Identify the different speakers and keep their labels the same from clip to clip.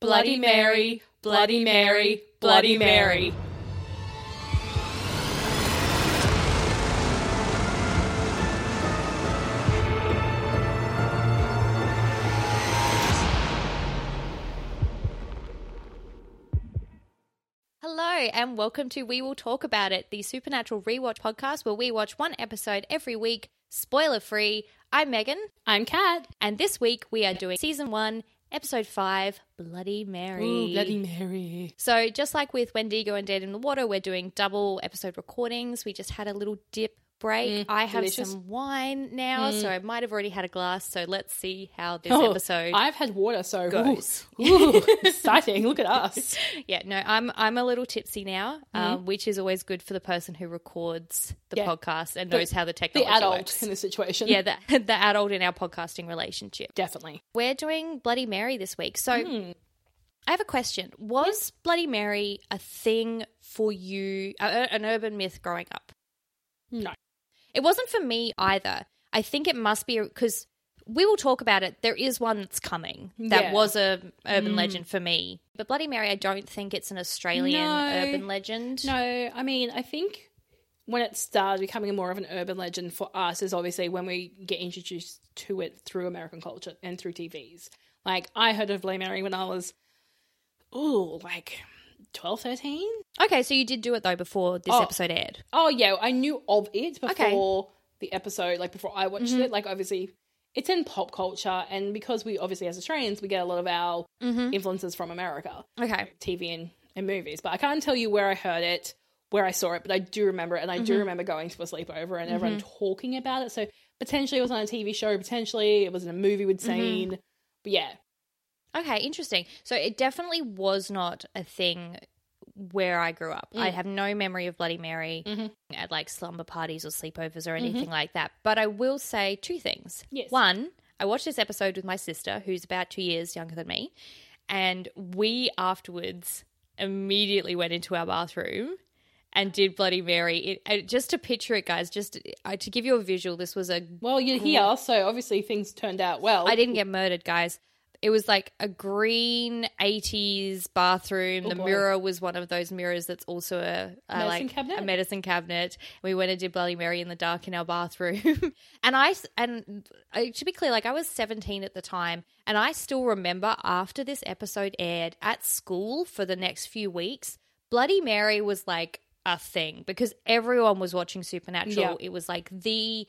Speaker 1: Bloody Mary, Bloody Mary, Bloody Mary.
Speaker 2: Hello, and welcome to We Will Talk About It, the Supernatural Rewatch podcast where we watch one episode every week, spoiler free. I'm Megan,
Speaker 1: I'm Kat.
Speaker 2: and this week we are doing season one, episode five Bloody Mary.
Speaker 1: Mary.
Speaker 2: So, just like with Wendigo and Dead in the Water, we're doing double episode recordings. We just had a little dip break. I have
Speaker 1: Mm, delicious. Mm.
Speaker 2: some wine now, so I might have already had a glass. So, let's see how this
Speaker 1: Oh,
Speaker 2: episode
Speaker 1: I've had water, so
Speaker 2: goes.
Speaker 1: Ooh, ooh, exciting! Look at us.
Speaker 2: Yeah, no, I'm I'm a little tipsy now, um, which is always good for the person who records the
Speaker 1: Mm-hmm. Yeah.
Speaker 2: podcast and
Speaker 1: The-
Speaker 2: knows how the technology
Speaker 1: The adult
Speaker 2: works.
Speaker 1: in the situation.
Speaker 2: Yeah, the, the adult in our podcasting relationship.
Speaker 1: definitely.
Speaker 2: We're doing Bloody Mary this week, so
Speaker 1: Mm.
Speaker 2: I have a question: Was Bloody Mary a thing for you, a, a- an urban myth growing up?
Speaker 1: No.
Speaker 2: It wasn't for me either. I think it must be because we will talk about it. There is one that's coming that
Speaker 1: Yeah. Mm.
Speaker 2: was a urban legend for me, but Bloody Mary, I don't think it's an Australian
Speaker 1: No.
Speaker 2: urban legend.
Speaker 1: No, I mean, I think when it started becoming more of an urban legend for us is obviously when we get introduced to it through American culture and through TVs. Like, I heard of Bloody Mary when I was, ooh, like 12, 13?
Speaker 2: Okay, so you did do it though before this
Speaker 1: Oh.
Speaker 2: episode aired.
Speaker 1: Oh, yeah, I knew of it
Speaker 2: Okay. Mm-hmm.
Speaker 1: before the episode, like before I watched it. Like, obviously, it's in pop culture, and because we obviously, as Australians, we get a lot of our
Speaker 2: Mm-hmm.
Speaker 1: influences from America.
Speaker 2: Okay,
Speaker 1: TV and, and movies, but I can't tell you where I heard it, where I saw it, but I do remember it, and I
Speaker 2: Mm-hmm.
Speaker 1: do remember going to a sleepover and everyone talking about it. So potentially it was on a TV show, potentially it was in a movie
Speaker 2: Mm-hmm.
Speaker 1: we'd seen, but yeah,
Speaker 2: okay, interesting. So it definitely was not a thing where I grew up. I have no memory of Bloody Mary at like slumber parties or sleepovers or anything like that. But I will say two things.
Speaker 1: Yes.
Speaker 2: One, I watched this episode with my sister, who's about two years younger than me, and we afterwards immediately went into our bathroom and did Bloody Mary. It, and just to picture it, guys, just uh, to give you a visual, this was a
Speaker 1: well you're here, so obviously things turned out well.
Speaker 2: I didn't get murdered, guys. It was like a green '80s bathroom. the
Speaker 1: boy.
Speaker 2: mirror was one of those mirrors that's also a, a
Speaker 1: Oh, Medicine
Speaker 2: like
Speaker 1: cabinet?
Speaker 2: a medicine cabinet. We went and did Bloody Mary in the dark in our bathroom, and I s- and I, to be clear, like I was 17 at the time, and I still remember after this episode aired at school for the next few weeks, Bloody Mary was like a thing because everyone was watching Supernatural.
Speaker 1: Yeah.
Speaker 2: It was like the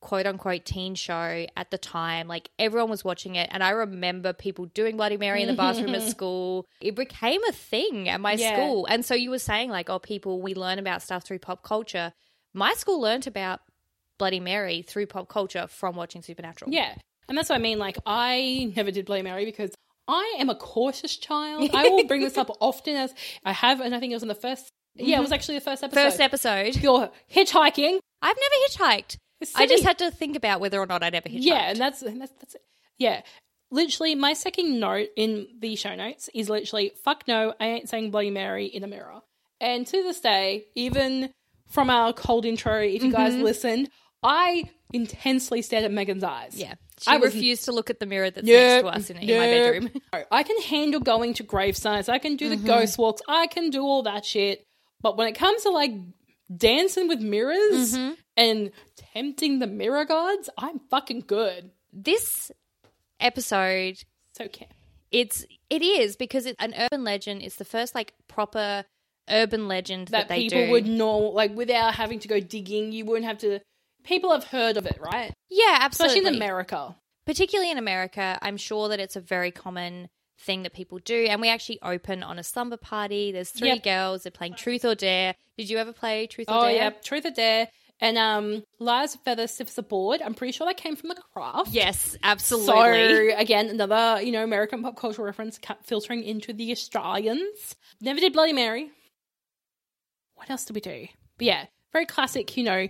Speaker 2: quote unquote teen show at the time. Like everyone was watching it. And I remember people doing Bloody Mary in the bathroom at school. It became a thing at my
Speaker 1: Yeah.
Speaker 2: school. And so you were saying, like, oh, people, we learn about stuff through pop culture. My school learnt about Bloody Mary through pop culture from watching Supernatural.
Speaker 1: Yeah. And that's what I mean. Like, I never did Bloody Mary because I am a cautious child. I will bring this up often as I have, and I think it was in the first, yeah, it was actually the first episode.
Speaker 2: First episode.
Speaker 1: You're hitchhiking.
Speaker 2: I've never hitchhiked.
Speaker 1: It's
Speaker 2: I just
Speaker 1: silly.
Speaker 2: had to think about whether or not I'd ever hitchhiked.
Speaker 1: Yeah, and that's and that's, that's it. yeah. Literally, my second note in the show notes is literally "fuck no, I ain't saying Bloody Mary in a mirror." And to this day, even from our cold intro, if you guys listened, I intensely stared at Megan's eyes.
Speaker 2: Yeah. She
Speaker 1: I was-
Speaker 2: refused to look at the mirror that's
Speaker 1: Yep,
Speaker 2: next to us in, in my
Speaker 1: yep.
Speaker 2: bedroom. Mm-hmm.
Speaker 1: No, I can handle going to gravesites. I can do the ghost walks. I can do all that shit. But when it comes to like dancing with mirrors
Speaker 2: Mm-hmm.
Speaker 1: and tempting the mirror gods, I'm fucking good.
Speaker 2: This episode
Speaker 1: So okay.
Speaker 2: it's it is because it's an urban legend. It's the first like proper urban legend that,
Speaker 1: that
Speaker 2: they
Speaker 1: people
Speaker 2: do.
Speaker 1: would know, like without having to go digging. You wouldn't have to. People have heard of it, right?
Speaker 2: yeah,
Speaker 1: Especially
Speaker 2: absolutely.
Speaker 1: in America.
Speaker 2: Particularly in America, I'm sure that it's a very common thing that people do. And we actually open on a slumber party. There's three
Speaker 1: Yep.
Speaker 2: girls. They're playing Truth or Dare. Did you ever play Truth or
Speaker 1: Oh
Speaker 2: Dare?
Speaker 1: yeah, truth or dare, and um, lies feather stiffs aboard. I'm pretty sure that came from the craft.
Speaker 2: Yes, absolutely.
Speaker 1: So again, another you know American pop culture reference cut- filtering into the Australians. Never did Bloody Mary. What else did we do? But yeah, very classic. You know,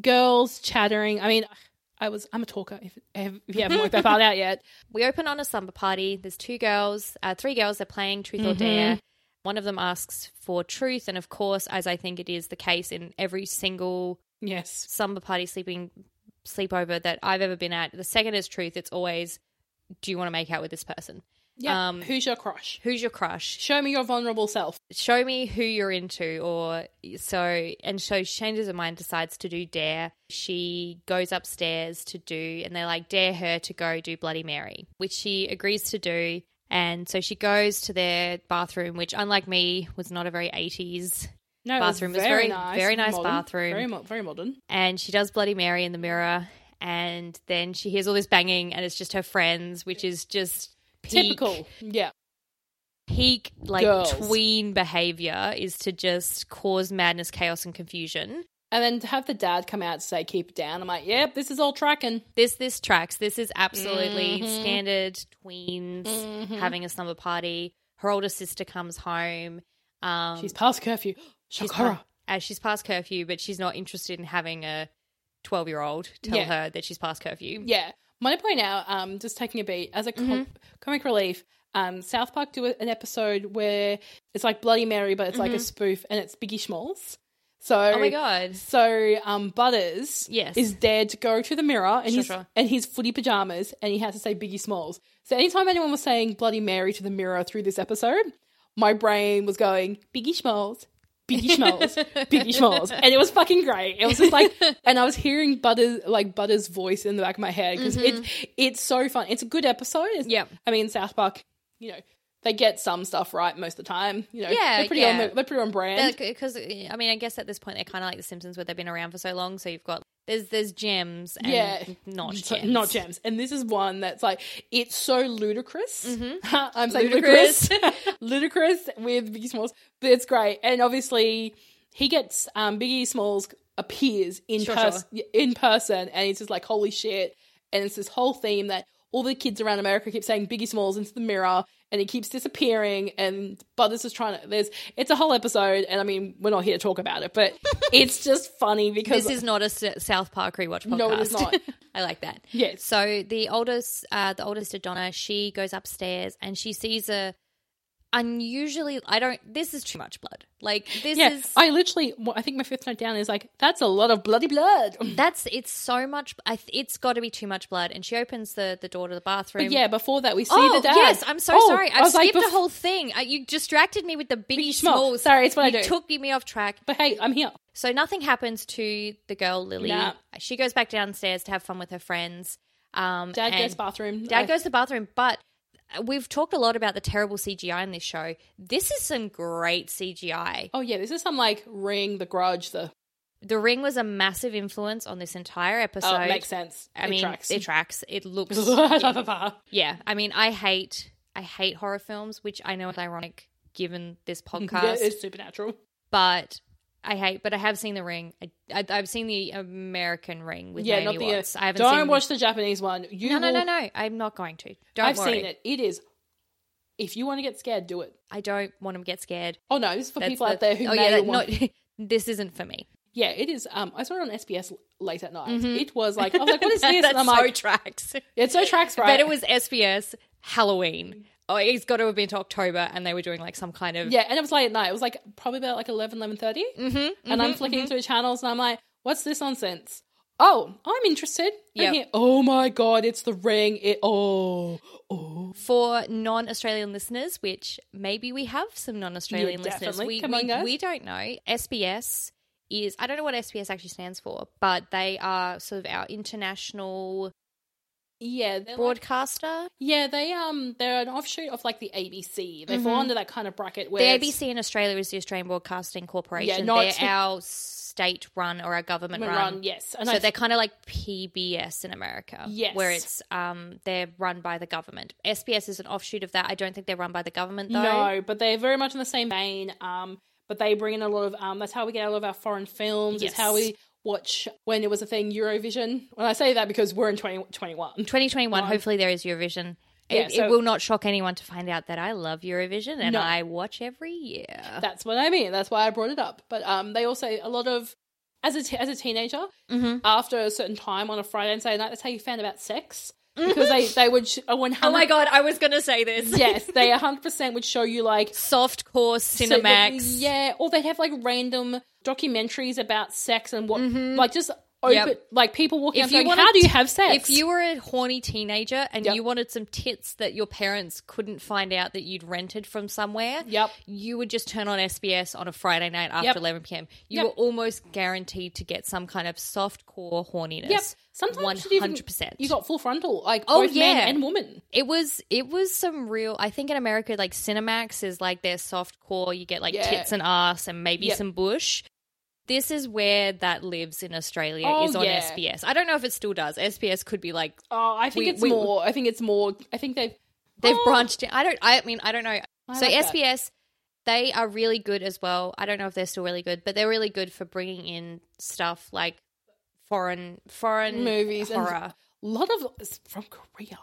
Speaker 1: girls chattering. I mean, I was I'm a talker. If, if you haven't worked that part out yet,
Speaker 2: We open on a slumber party. There's two girls, uh, three girls. They're playing Truth or Dare. One of them asks for truth, and of course, as I think it is the case in every single
Speaker 1: yes,
Speaker 2: slumber party sleeping sleepover that I've ever been at, the second is truth. It's always, do you want to make out with this person?
Speaker 1: Yeah.
Speaker 2: Um,
Speaker 1: Who's your crush?
Speaker 2: Who's your crush?
Speaker 1: Show me your vulnerable self.
Speaker 2: Show me who you're into, or so. And so she changes her mind, decides to do Dare. She goes upstairs to do, and they're like, Dare her to go do Bloody Mary, which she agrees to do. And so she goes to their bathroom, which, unlike me, was not a very 80s
Speaker 1: No, it
Speaker 2: Bathroom was very- very nice bathroom.
Speaker 1: Very, mo- very modern.
Speaker 2: and she does Bloody Mary in the mirror, and then she hears all this banging, and it's just her friends, which is just peak,
Speaker 1: Typical. Yeah.
Speaker 2: peak like
Speaker 1: Girls.
Speaker 2: tween behavior is to just cause madness, chaos, and confusion.
Speaker 1: And then to have the dad come out to say, keep it down, I'm like, yep, this is all tracking.
Speaker 2: This this tracks. This is absolutely
Speaker 1: Mm-hmm.
Speaker 2: standard tweens having a slumber party. Her older sister comes home. Um,
Speaker 1: She's past curfew. Shock
Speaker 2: she's
Speaker 1: horror.
Speaker 2: pa- uh, she's past curfew, but she's not interested in having a twelve year old tell
Speaker 1: Yeah.
Speaker 2: her that she's past curfew.
Speaker 1: Yeah. My point out, um, just taking a beat, as a com-
Speaker 2: Mm-hmm.
Speaker 1: comic relief, um, South Park do an episode where it's like Bloody Mary, but it's like a spoof and it's Biggie Smalls. So,
Speaker 2: Mm-hmm. Oh my god.
Speaker 1: So um, Butters
Speaker 2: Yes.
Speaker 1: is dared to go to the mirror and
Speaker 2: Sure,
Speaker 1: he's
Speaker 2: sure.
Speaker 1: and his footy pajamas and he has to say Biggie Smalls. So anytime anyone was saying Bloody Mary to the mirror through this episode, my brain was going Biggie Smalls. Biggie Schmalls, Biggie Schmalls, and it was fucking great. It was just like, and I was hearing Butters, like Butters' voice in the back of my head because it's
Speaker 2: Mm-hmm.
Speaker 1: it's so fun. It's a good episode. It's-
Speaker 2: Yep.
Speaker 1: I mean South Park, you know, they get some stuff right most of the time. You know,
Speaker 2: Yeah,
Speaker 1: they're pretty
Speaker 2: yeah.
Speaker 1: on the, they're pretty on brand.
Speaker 2: because I mean, I guess at this point they're kind of like The Simpsons, where they've been around for so long. So you've got there's there's gems and
Speaker 1: Yeah.
Speaker 2: not
Speaker 1: So-
Speaker 2: gems.
Speaker 1: Not gems. And this is one that's like, it's so ludicrous. I'm saying ludicrous.
Speaker 2: Mm-hmm. Ludicrous.
Speaker 1: Ludicrous, with Biggie Smalls. But it's great. And obviously, he gets, um, Biggie Smalls appears in,
Speaker 2: Sure,
Speaker 1: pers- in person and it's just like, holy shit. And it's this whole theme that all the kids around America keep saying Biggie Smalls into the mirror and it keeps disappearing. And Butters is trying to, there's, it's a whole episode. And I mean, we're not here to talk about it, but it's just funny because
Speaker 2: This is not a S- South Park rewatch podcast.
Speaker 1: No, it is not.
Speaker 2: I like that.
Speaker 1: Yes.
Speaker 2: So the oldest, uh, the oldest Adonna, she goes upstairs and she sees a unusually. I don't. This is too much blood. Like this
Speaker 1: Yeah,
Speaker 2: is.
Speaker 1: I literally, wh- I think my fifth note down is like, that's a lot of bloody blood.
Speaker 2: that's it's so much. I, th- it's got to be too much blood. And she opens the the door to the bathroom.
Speaker 1: But yeah, before that, we see
Speaker 2: Oh
Speaker 1: the dad.
Speaker 2: yes, I'm so
Speaker 1: Oh,
Speaker 2: sorry.
Speaker 1: I
Speaker 2: I've
Speaker 1: was like,
Speaker 2: skipped the
Speaker 1: bef-
Speaker 2: whole thing. Uh, You distracted me with the biggie
Speaker 1: Schmo.
Speaker 2: smalls.
Speaker 1: Sorry, it's what I
Speaker 2: You
Speaker 1: do.
Speaker 2: Took me off track.
Speaker 1: But hey, I'm here.
Speaker 2: So nothing happens to the girl Lily.
Speaker 1: Nah.
Speaker 2: She goes back downstairs to have fun with her friends. Um,
Speaker 1: Dad
Speaker 2: and
Speaker 1: goes bathroom. Uh,
Speaker 2: Dad
Speaker 1: I-
Speaker 2: goes to the bathroom, but we've talked a lot about the terrible CGI in this show. This is some great CGI.
Speaker 1: Oh yeah, this is some like ring, the grudge, the
Speaker 2: The Ring was a massive influence on this entire episode.
Speaker 1: oh, it makes sense.
Speaker 2: I
Speaker 1: it
Speaker 2: mean,
Speaker 1: tracks.
Speaker 2: it tracks. It looks. yeah, I mean, I hate, I hate horror films, which I know is ironic given this
Speaker 1: yeah,
Speaker 2: podcast.
Speaker 1: it's supernatural.
Speaker 2: but I hate. But I have seen the Ring. I, I, I've seen the American Ring with
Speaker 1: Yeah,
Speaker 2: Naomi
Speaker 1: not the. uh,
Speaker 2: Watts. I haven't
Speaker 1: don't
Speaker 2: seen
Speaker 1: watch the Japanese one. You
Speaker 2: No, no, no,
Speaker 1: will-
Speaker 2: no. I'm not going to. Don't
Speaker 1: I've
Speaker 2: worry.
Speaker 1: seen it. It is. If you want to get scared, do it.
Speaker 2: I don't want to get scared.
Speaker 1: Oh no, this is for
Speaker 2: That's
Speaker 1: people out
Speaker 2: the-
Speaker 1: there who
Speaker 2: oh,
Speaker 1: may
Speaker 2: yeah, that-
Speaker 1: want.
Speaker 2: not- this isn't for me.
Speaker 1: yeah, it is. Um, I saw it on SBS l- late at night. It was like I was like, what is this?
Speaker 2: Mm-hmm. That's
Speaker 1: and I'm
Speaker 2: so
Speaker 1: like,
Speaker 2: tracks.
Speaker 1: it's so tracks, right?
Speaker 2: But it was SBS Halloween. Oh, it's got to have been to October, and they were doing like some kind of
Speaker 1: Yeah, and it was late at night. It was like probably about like 11, 11.30. Mm-hmm, and I'm flicking through channels and I'm like, what's this nonsense? Oh, I'm interested.
Speaker 2: Yep.
Speaker 1: Yeah. Oh my God, it's the ring. It Oh,
Speaker 2: for non-Australian listeners, which maybe we have some non-Australian
Speaker 1: Yeah,
Speaker 2: listeners.
Speaker 1: definitely.
Speaker 2: We
Speaker 1: Come
Speaker 2: we,
Speaker 1: on, guys.
Speaker 2: we don't know. SBS is I don't know what SBS actually stands for, but they are sort of our international
Speaker 1: yeah. They're like,
Speaker 2: broadcaster.
Speaker 1: yeah, they um, they're an offshoot of like the ABC. They fall under that kind of bracket
Speaker 2: The
Speaker 1: where it's-
Speaker 2: ABC in Australia is the Australian Broadcasting Corporation.
Speaker 1: Yeah, no,
Speaker 2: they're
Speaker 1: it's the-
Speaker 2: our state run or our government
Speaker 1: run,
Speaker 2: run.
Speaker 1: yes, and
Speaker 2: So
Speaker 1: I
Speaker 2: they're kind of like PBS in America.
Speaker 1: Yes.
Speaker 2: Where it's um they're run by the government. SBS is an offshoot of that. I don't think they're run by the government though.
Speaker 1: No, but they're very much in the same vein. Um, but they bring in a lot of um, that's how we get a lot of our foreign films. It's how
Speaker 2: Yes.
Speaker 1: we watch when it was a thing Eurovision. Well, I say that because we're in twenty twenty one.
Speaker 2: 2021, hopefully there is Eurovision. It,
Speaker 1: Yeah, so-
Speaker 2: it will not shock anyone to find out that I love Eurovision and
Speaker 1: No.
Speaker 2: I watch every year.
Speaker 1: That's what I mean. That's why I brought it up. But um, they also a lot of as a t- as a teenager,
Speaker 2: Mm-hmm.
Speaker 1: after a certain time on a Friday and Saturday night, that's how you found about sex because they they would sh- one hundred.
Speaker 2: Mm-hmm. Oh my god, I was gonna say this.
Speaker 1: Yes, they hundred percent would show you like
Speaker 2: Soft core Cinemax.
Speaker 1: Yeah, or they'd have like random documentaries about sex and what, like just open,
Speaker 2: Yep.
Speaker 1: like people walking
Speaker 2: If
Speaker 1: up
Speaker 2: you
Speaker 1: going,
Speaker 2: wanted
Speaker 1: "How do Mm-hmm. you
Speaker 2: to-
Speaker 1: have sex?"
Speaker 2: If you were a horny teenager and
Speaker 1: Yep.
Speaker 2: you wanted some tits that your parents couldn't find out that you'd rented from somewhere,
Speaker 1: Yep.
Speaker 2: you would just turn on SBS on a Friday night after
Speaker 1: Yep.
Speaker 2: 11 p.m. You
Speaker 1: Yep.
Speaker 2: were almost guaranteed to get some kind of soft core horniness.
Speaker 1: yep, sometimes you even-
Speaker 2: 100%.
Speaker 1: you got full frontal, like
Speaker 2: Oh,
Speaker 1: both men
Speaker 2: yeah.
Speaker 1: and woman.
Speaker 2: it was it was some real I think in America like Cinemax is like their soft core, you get like
Speaker 1: Yeah.
Speaker 2: tits and ass and maybe
Speaker 1: Yep.
Speaker 2: some bush. This is where that lives in Australia
Speaker 1: Oh,
Speaker 2: is on
Speaker 1: yeah.
Speaker 2: SBS. I don't know if it still does. SBS could be like
Speaker 1: Oh, I think
Speaker 2: We-
Speaker 1: it's
Speaker 2: we-
Speaker 1: more. I think it's more. I think they've
Speaker 2: They've
Speaker 1: Oh.
Speaker 2: branched. I don't. I mean, I don't know.
Speaker 1: I
Speaker 2: so
Speaker 1: like that.
Speaker 2: SBS, they are really good as well. I don't know if they're still really good, but they're really good for bringing in stuff like foreign foreign
Speaker 1: Movies and-
Speaker 2: horror.
Speaker 1: a lot of it's from Korea.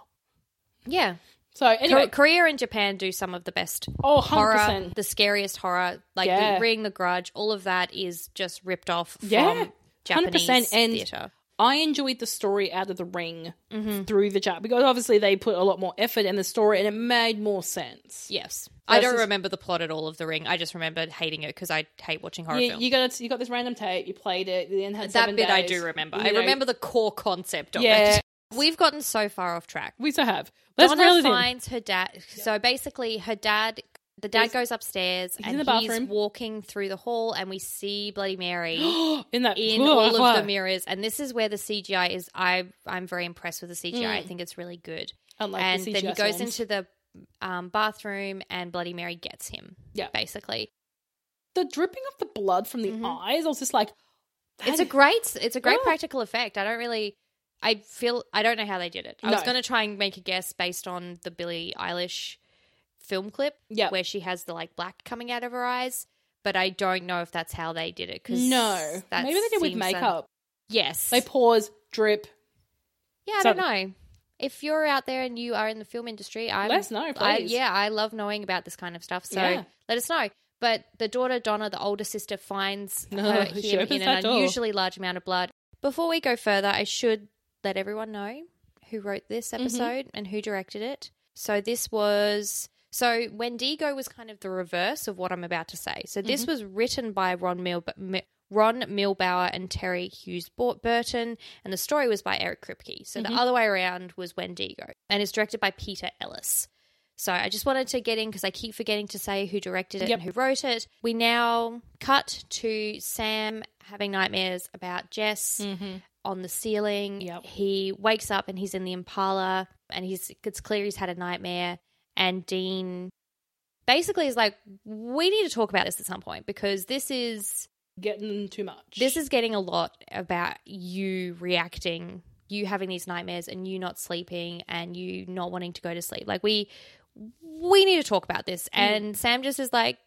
Speaker 2: yeah,
Speaker 1: So
Speaker 2: Kor-
Speaker 1: anyway,
Speaker 2: Korea and Japan do some of the best
Speaker 1: oh,
Speaker 2: horror,
Speaker 1: 100%.
Speaker 2: the scariest horror, like
Speaker 1: Yeah.
Speaker 2: the Ring, The Grudge. All of that is just ripped off from
Speaker 1: Yeah.
Speaker 2: Japanese
Speaker 1: 100% and-
Speaker 2: theater.
Speaker 1: I enjoyed the story out of the ring
Speaker 2: Mhm.
Speaker 1: through the chat because obviously they put a lot more effort in the story and it made more sense.
Speaker 2: Yes, I don't
Speaker 1: Versus-
Speaker 2: remember the plot at all of The Ring. I just remember hating it because I hate watching horror
Speaker 1: You,
Speaker 2: films.
Speaker 1: you got you got this random tape. You played it. You then had
Speaker 2: that
Speaker 1: seven
Speaker 2: bit I
Speaker 1: days,
Speaker 2: do remember.
Speaker 1: you
Speaker 2: I
Speaker 1: know.
Speaker 2: remember the core concept of
Speaker 1: Yeah.
Speaker 2: it. We've gotten so far off track.
Speaker 1: We still have. Let's
Speaker 2: Donna
Speaker 1: reel it in.
Speaker 2: finds her dad. So basically, her dad. The dad goes upstairs
Speaker 1: in
Speaker 2: and
Speaker 1: the
Speaker 2: he's
Speaker 1: bathroom.
Speaker 2: walking through the hall, and we see Bloody Mary
Speaker 1: in that
Speaker 2: in all of the mirrors. And this is where the CGI is. I I'm very impressed with the CGI. I think it's really good.
Speaker 1: Unlike Mm. the
Speaker 2: and then he
Speaker 1: CGI
Speaker 2: goes
Speaker 1: films.
Speaker 2: into the um, bathroom, and Bloody Mary gets him.
Speaker 1: Yeah.
Speaker 2: basically,
Speaker 1: the dripping of the blood from the eyes. I was just like,
Speaker 2: Mm-hmm. it's
Speaker 1: that-
Speaker 2: a great it's a great
Speaker 1: Oh.
Speaker 2: practical effect. I don't really I feel I don't know how they did it. I was
Speaker 1: No.
Speaker 2: going to try and make a guess based on the Billie Eilish film clip
Speaker 1: Yeah.
Speaker 2: where she has the like black coming out of her eyes, but I don't know if that's how they did it cuz
Speaker 1: no. Maybe they did with makeup.
Speaker 2: yes.
Speaker 1: They pause, drip.
Speaker 2: yeah, I
Speaker 1: so-
Speaker 2: don't know. If you're out there and you are in the film industry, I
Speaker 1: Let us know,
Speaker 2: I,
Speaker 1: please.
Speaker 2: yeah, I love knowing about this kind of stuff. So
Speaker 1: Yeah.
Speaker 2: let us know. But the daughter, Donna, the older sister, finds
Speaker 1: No,
Speaker 2: her,
Speaker 1: she
Speaker 2: him
Speaker 1: opens
Speaker 2: in
Speaker 1: that
Speaker 2: an
Speaker 1: door.
Speaker 2: unusually large amount of blood. Before we go further, I should let everyone know who wrote this
Speaker 1: Mm-hmm.
Speaker 2: episode and who directed it. So this was. So Wendigo was kind of the reverse of what I'm about to say. So
Speaker 1: Mm-hmm.
Speaker 2: this was written by Ron Milb- Mi- Ron Milbauer and Terry Hughes Bur- Burton, and the story was by Eric Kripke. So
Speaker 1: Mm-hmm.
Speaker 2: the other way around was Wendigo, and it's directed by Peter Ellis. So I just wanted to get in because I keep forgetting to say who directed it
Speaker 1: Yep.
Speaker 2: and who wrote it. We now cut to Sam having nightmares about Jess on the ceiling.
Speaker 1: Mm-hmm. Yep.
Speaker 2: He wakes up and he's in the Impala and he's it's clear he's had a nightmare and Dean basically is like we need to talk about this at some point because this is
Speaker 1: Getting too much.
Speaker 2: this is getting a lot about you reacting, you having these nightmares and you not sleeping and you not wanting to go to sleep. Like we we need to talk about this. And Sam just is like,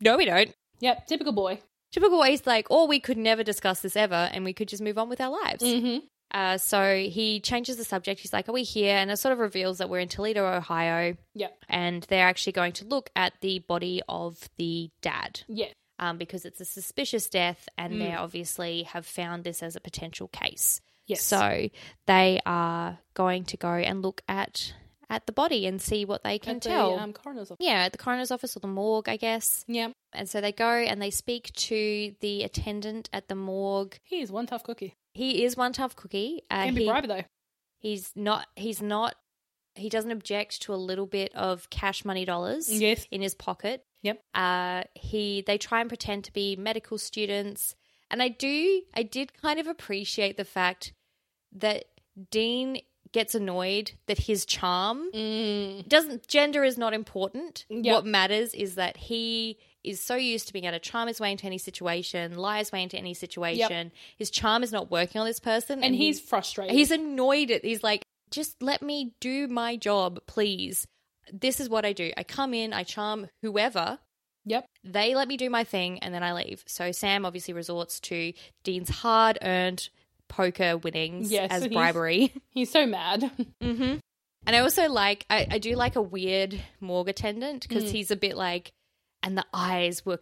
Speaker 2: No, we don't.
Speaker 1: Yep, typical boy.
Speaker 2: Typical ways like, or we could never discuss this ever and we could just move on with our lives.
Speaker 1: Mm-hmm.
Speaker 2: Uh, so he changes the subject. He's like, Are we here? And it sort of reveals that we're in Toledo, Ohio,
Speaker 1: Yep.
Speaker 2: and they're actually going to look at the body of the dad
Speaker 1: Yeah. Mm.
Speaker 2: um, because it's a suspicious death, and they obviously have found this as a potential case.
Speaker 1: Yes.
Speaker 2: So they are going to go and look at at the body and see what they can
Speaker 1: At the,
Speaker 2: tell.
Speaker 1: um, coroner's office.
Speaker 2: yeah, at the coroner's office or the morgue, I guess.
Speaker 1: Yeah.
Speaker 2: And so they go and they speak to the attendant at the morgue.
Speaker 1: He is one tough cookie.
Speaker 2: He is one tough cookie. Uh,
Speaker 1: Can be
Speaker 2: he-
Speaker 1: bribed though.
Speaker 2: he's not. He's not. He doesn't object to a little bit of cash money dollars
Speaker 1: Yes.
Speaker 2: in his pocket.
Speaker 1: Yep.
Speaker 2: Uh, he they try and pretend to be medical students, and I do I did kind of appreciate the fact that Dean gets annoyed that his charm
Speaker 1: Mm.
Speaker 2: doesn't gender is not important.
Speaker 1: Yep.
Speaker 2: What matters is that he is so used to being able to charm his way into any situation, lie his way into any situation. His charm is not working on this person,
Speaker 1: And he's
Speaker 2: he-
Speaker 1: frustrated.
Speaker 2: He's annoyed at he's like, just let me do my job, please. This is what I do. I come in, I charm whoever.
Speaker 1: Yep.
Speaker 2: They let me do my thing and then I leave. So Sam obviously resorts to Dean's hard earned poker winnings
Speaker 1: Yes,
Speaker 2: as
Speaker 1: he's-
Speaker 2: bribery.
Speaker 1: He's so mad.
Speaker 2: hmm And I also like, I, I do like a weird morgue attendant because
Speaker 1: Hmm.
Speaker 2: he's a bit like, and the eyes were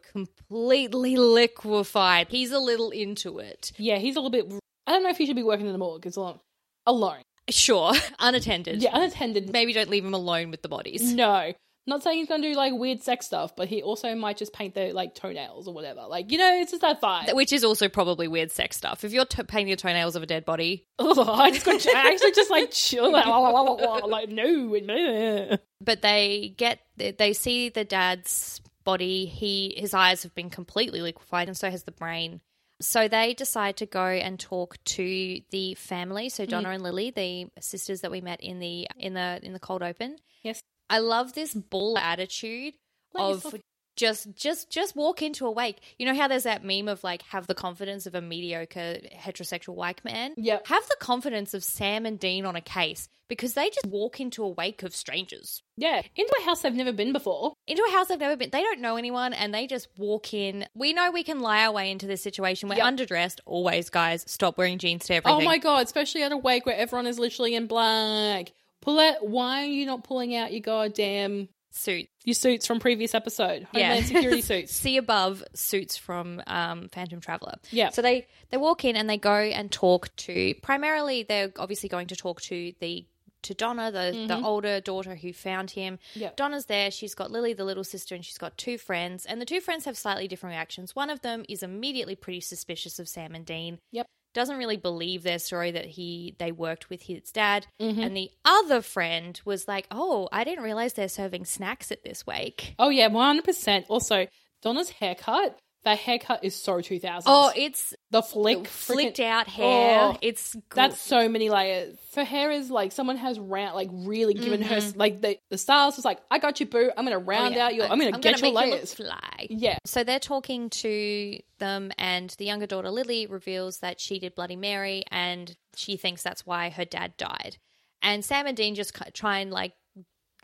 Speaker 2: completely liquefied. He's a little into it.
Speaker 1: yeah, he's a little bit. I don't know if he should be working in the morgue. It's alone. Alone.
Speaker 2: Sure, unattended.
Speaker 1: Yeah, unattended.
Speaker 2: Maybe don't leave him alone with the bodies.
Speaker 1: No. Not saying he's gonna do like weird sex stuff, but he also might just paint their like toenails or whatever. Like you know, it's just that vibe.
Speaker 2: Which is also probably weird sex stuff. If you're t- painting the toenails of a dead body,
Speaker 1: Ugh, I just got I actually just like chill like, la, la, la, la, la, like no. no.
Speaker 2: but they get they see the dad's body he his eyes have been completely liquefied and so has the brain so they decide to go and talk to the family
Speaker 1: Hmm.
Speaker 2: so donna and lily the sisters that we met in the in the in the cold open
Speaker 1: Yes.
Speaker 2: i love this bull attitude
Speaker 1: Let
Speaker 2: of
Speaker 1: yourself-
Speaker 2: just just just walk into a wake you know how there's that meme of like have the confidence of a mediocre heterosexual white man
Speaker 1: Yep.
Speaker 2: have the confidence of sam and dean on a case because they just walk into a wake of strangers
Speaker 1: Yeah, into a house they've never been before.
Speaker 2: into a house they've never been. They don't know anyone and they just walk in. We know we can lie our way into this situation. We're
Speaker 1: Yep.
Speaker 2: underdressed. Always, guys, stop wearing jeans to everything.
Speaker 1: Oh my god, especially at a wake where everyone is literally in black. Pull out why are you not pulling out your goddamn
Speaker 2: Suit.
Speaker 1: your suits from previous episode? Homeland security suits.
Speaker 2: See above suits from um, Phantom Traveler.
Speaker 1: Yeah.
Speaker 2: So they, they walk in and they go and talk to, primarily, they're obviously going to talk to the to Donna, the, the older daughter who found him.
Speaker 1: Yep.
Speaker 2: Donna's there. She's got Lily, the little sister, and she's got two friends. And the two friends have slightly different reactions. One of them is immediately pretty suspicious of Sam and Dean.
Speaker 1: Yep.
Speaker 2: doesn't really believe their story that he they worked with his dad and the other friend was like oh i didn't realize they're serving snacks at this wake
Speaker 1: Oh yeah, one hundred percent. Also, Donna's haircut. That haircut is so two thousand.
Speaker 2: oh it's
Speaker 1: the flick,
Speaker 2: flicked
Speaker 1: freaking-
Speaker 2: out hair
Speaker 1: Oh,
Speaker 2: it's gl-
Speaker 1: that's so many layers. Her hair is like someone has round, like really given her
Speaker 2: Mm-hmm.
Speaker 1: s- like the the stars was like, I got you, boo. I'm
Speaker 2: Oh,
Speaker 1: gonna round out your. I'm gonna get your
Speaker 2: make you look
Speaker 1: layers.
Speaker 2: fly
Speaker 1: Yeah,
Speaker 2: So they're talking to them, and the younger daughter Lily reveals that she did Bloody Mary, and she thinks that's why her dad died. And Sam and Dean just c- try and like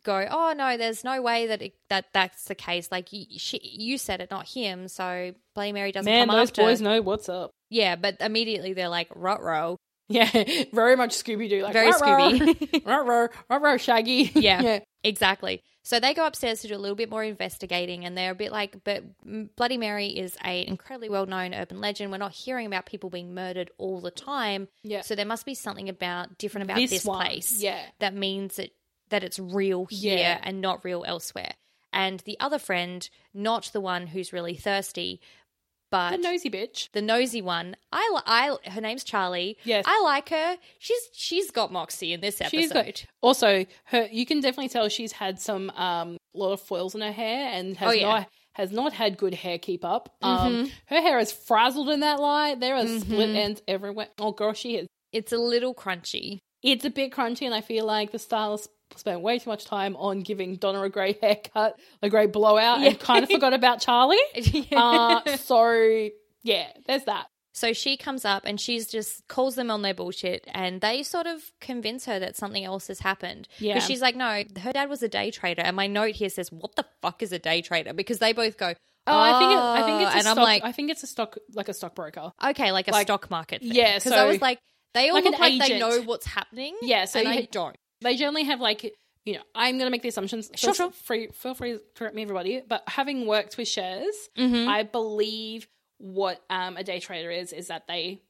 Speaker 2: go, "Oh no, there's no way that it, that that's the case. Like you, she, you said it, not him. So Bloody Mary doesn't
Speaker 1: man,
Speaker 2: come
Speaker 1: those
Speaker 2: after."
Speaker 1: boys know what's up.
Speaker 2: yeah, but immediately they're like, "Rot row,
Speaker 1: Yeah, very much Scooby Doo. Like
Speaker 2: very Scooby."
Speaker 1: Ruh-roh, ruh-roh, Shaggy.
Speaker 2: Yeah. Exactly. So they go upstairs to do a little bit more investigating, and they're a bit like, but Bloody Mary is a incredibly well known urban legend. We're not hearing about people being murdered all the time,
Speaker 1: Yeah.
Speaker 2: so there must be something about different about
Speaker 1: This
Speaker 2: this,
Speaker 1: one.
Speaker 2: place,
Speaker 1: Yeah.
Speaker 2: that means that that it's real here
Speaker 1: Yeah.
Speaker 2: and not real elsewhere. And the other friend, not the one who's really thirsty,
Speaker 1: The
Speaker 2: but
Speaker 1: nosy bitch.
Speaker 2: the nosy one. I, li- I her name's Charlie.
Speaker 1: Yes.
Speaker 2: I like her. She's she's got moxie in this episode.
Speaker 1: She's got, also her. You can definitely tell she's had some um lot of foils in her hair and has
Speaker 2: Oh, yeah. Mm-hmm.
Speaker 1: not has not had good hair keep up. Um, her hair is frazzled in that light. There are split ends everywhere. Oh girl, she is.
Speaker 2: it's a little crunchy.
Speaker 1: It's a bit crunchy, and I feel like the stylist spent way too much time on giving Donna a grey haircut, a grey blowout,
Speaker 2: Yeah.
Speaker 1: and kind of forgot about Charlie. uh, so yeah, there's that.
Speaker 2: So she comes up and she's just calls them on their bullshit, and they sort of convince her that something else has happened.
Speaker 1: Yeah.
Speaker 2: 'Cause she's like, no, her dad was a day trader, and my note here says, "What the fuck is a day trader?" Because they both go, "Oh,
Speaker 1: Oh, I think it, I think it's a
Speaker 2: Uh, and
Speaker 1: stock,
Speaker 2: I'm like,
Speaker 1: I think it's a stock like a stockbroker.
Speaker 2: okay, like a
Speaker 1: like-
Speaker 2: stock market." Thing.
Speaker 1: Yeah,
Speaker 2: because I
Speaker 1: so-
Speaker 2: was like, they all
Speaker 1: Like an
Speaker 2: look like they
Speaker 1: agent.
Speaker 2: know what's happening.
Speaker 1: Yeah, so
Speaker 2: and
Speaker 1: you-
Speaker 2: I don't.
Speaker 1: They generally have like you know I'm going to make the assumptions. so
Speaker 2: Sure, sure.
Speaker 1: Free, feel free to correct me, everybody. But having worked with shares,
Speaker 2: Mm-hmm.
Speaker 1: I believe what um, a day trader is is that they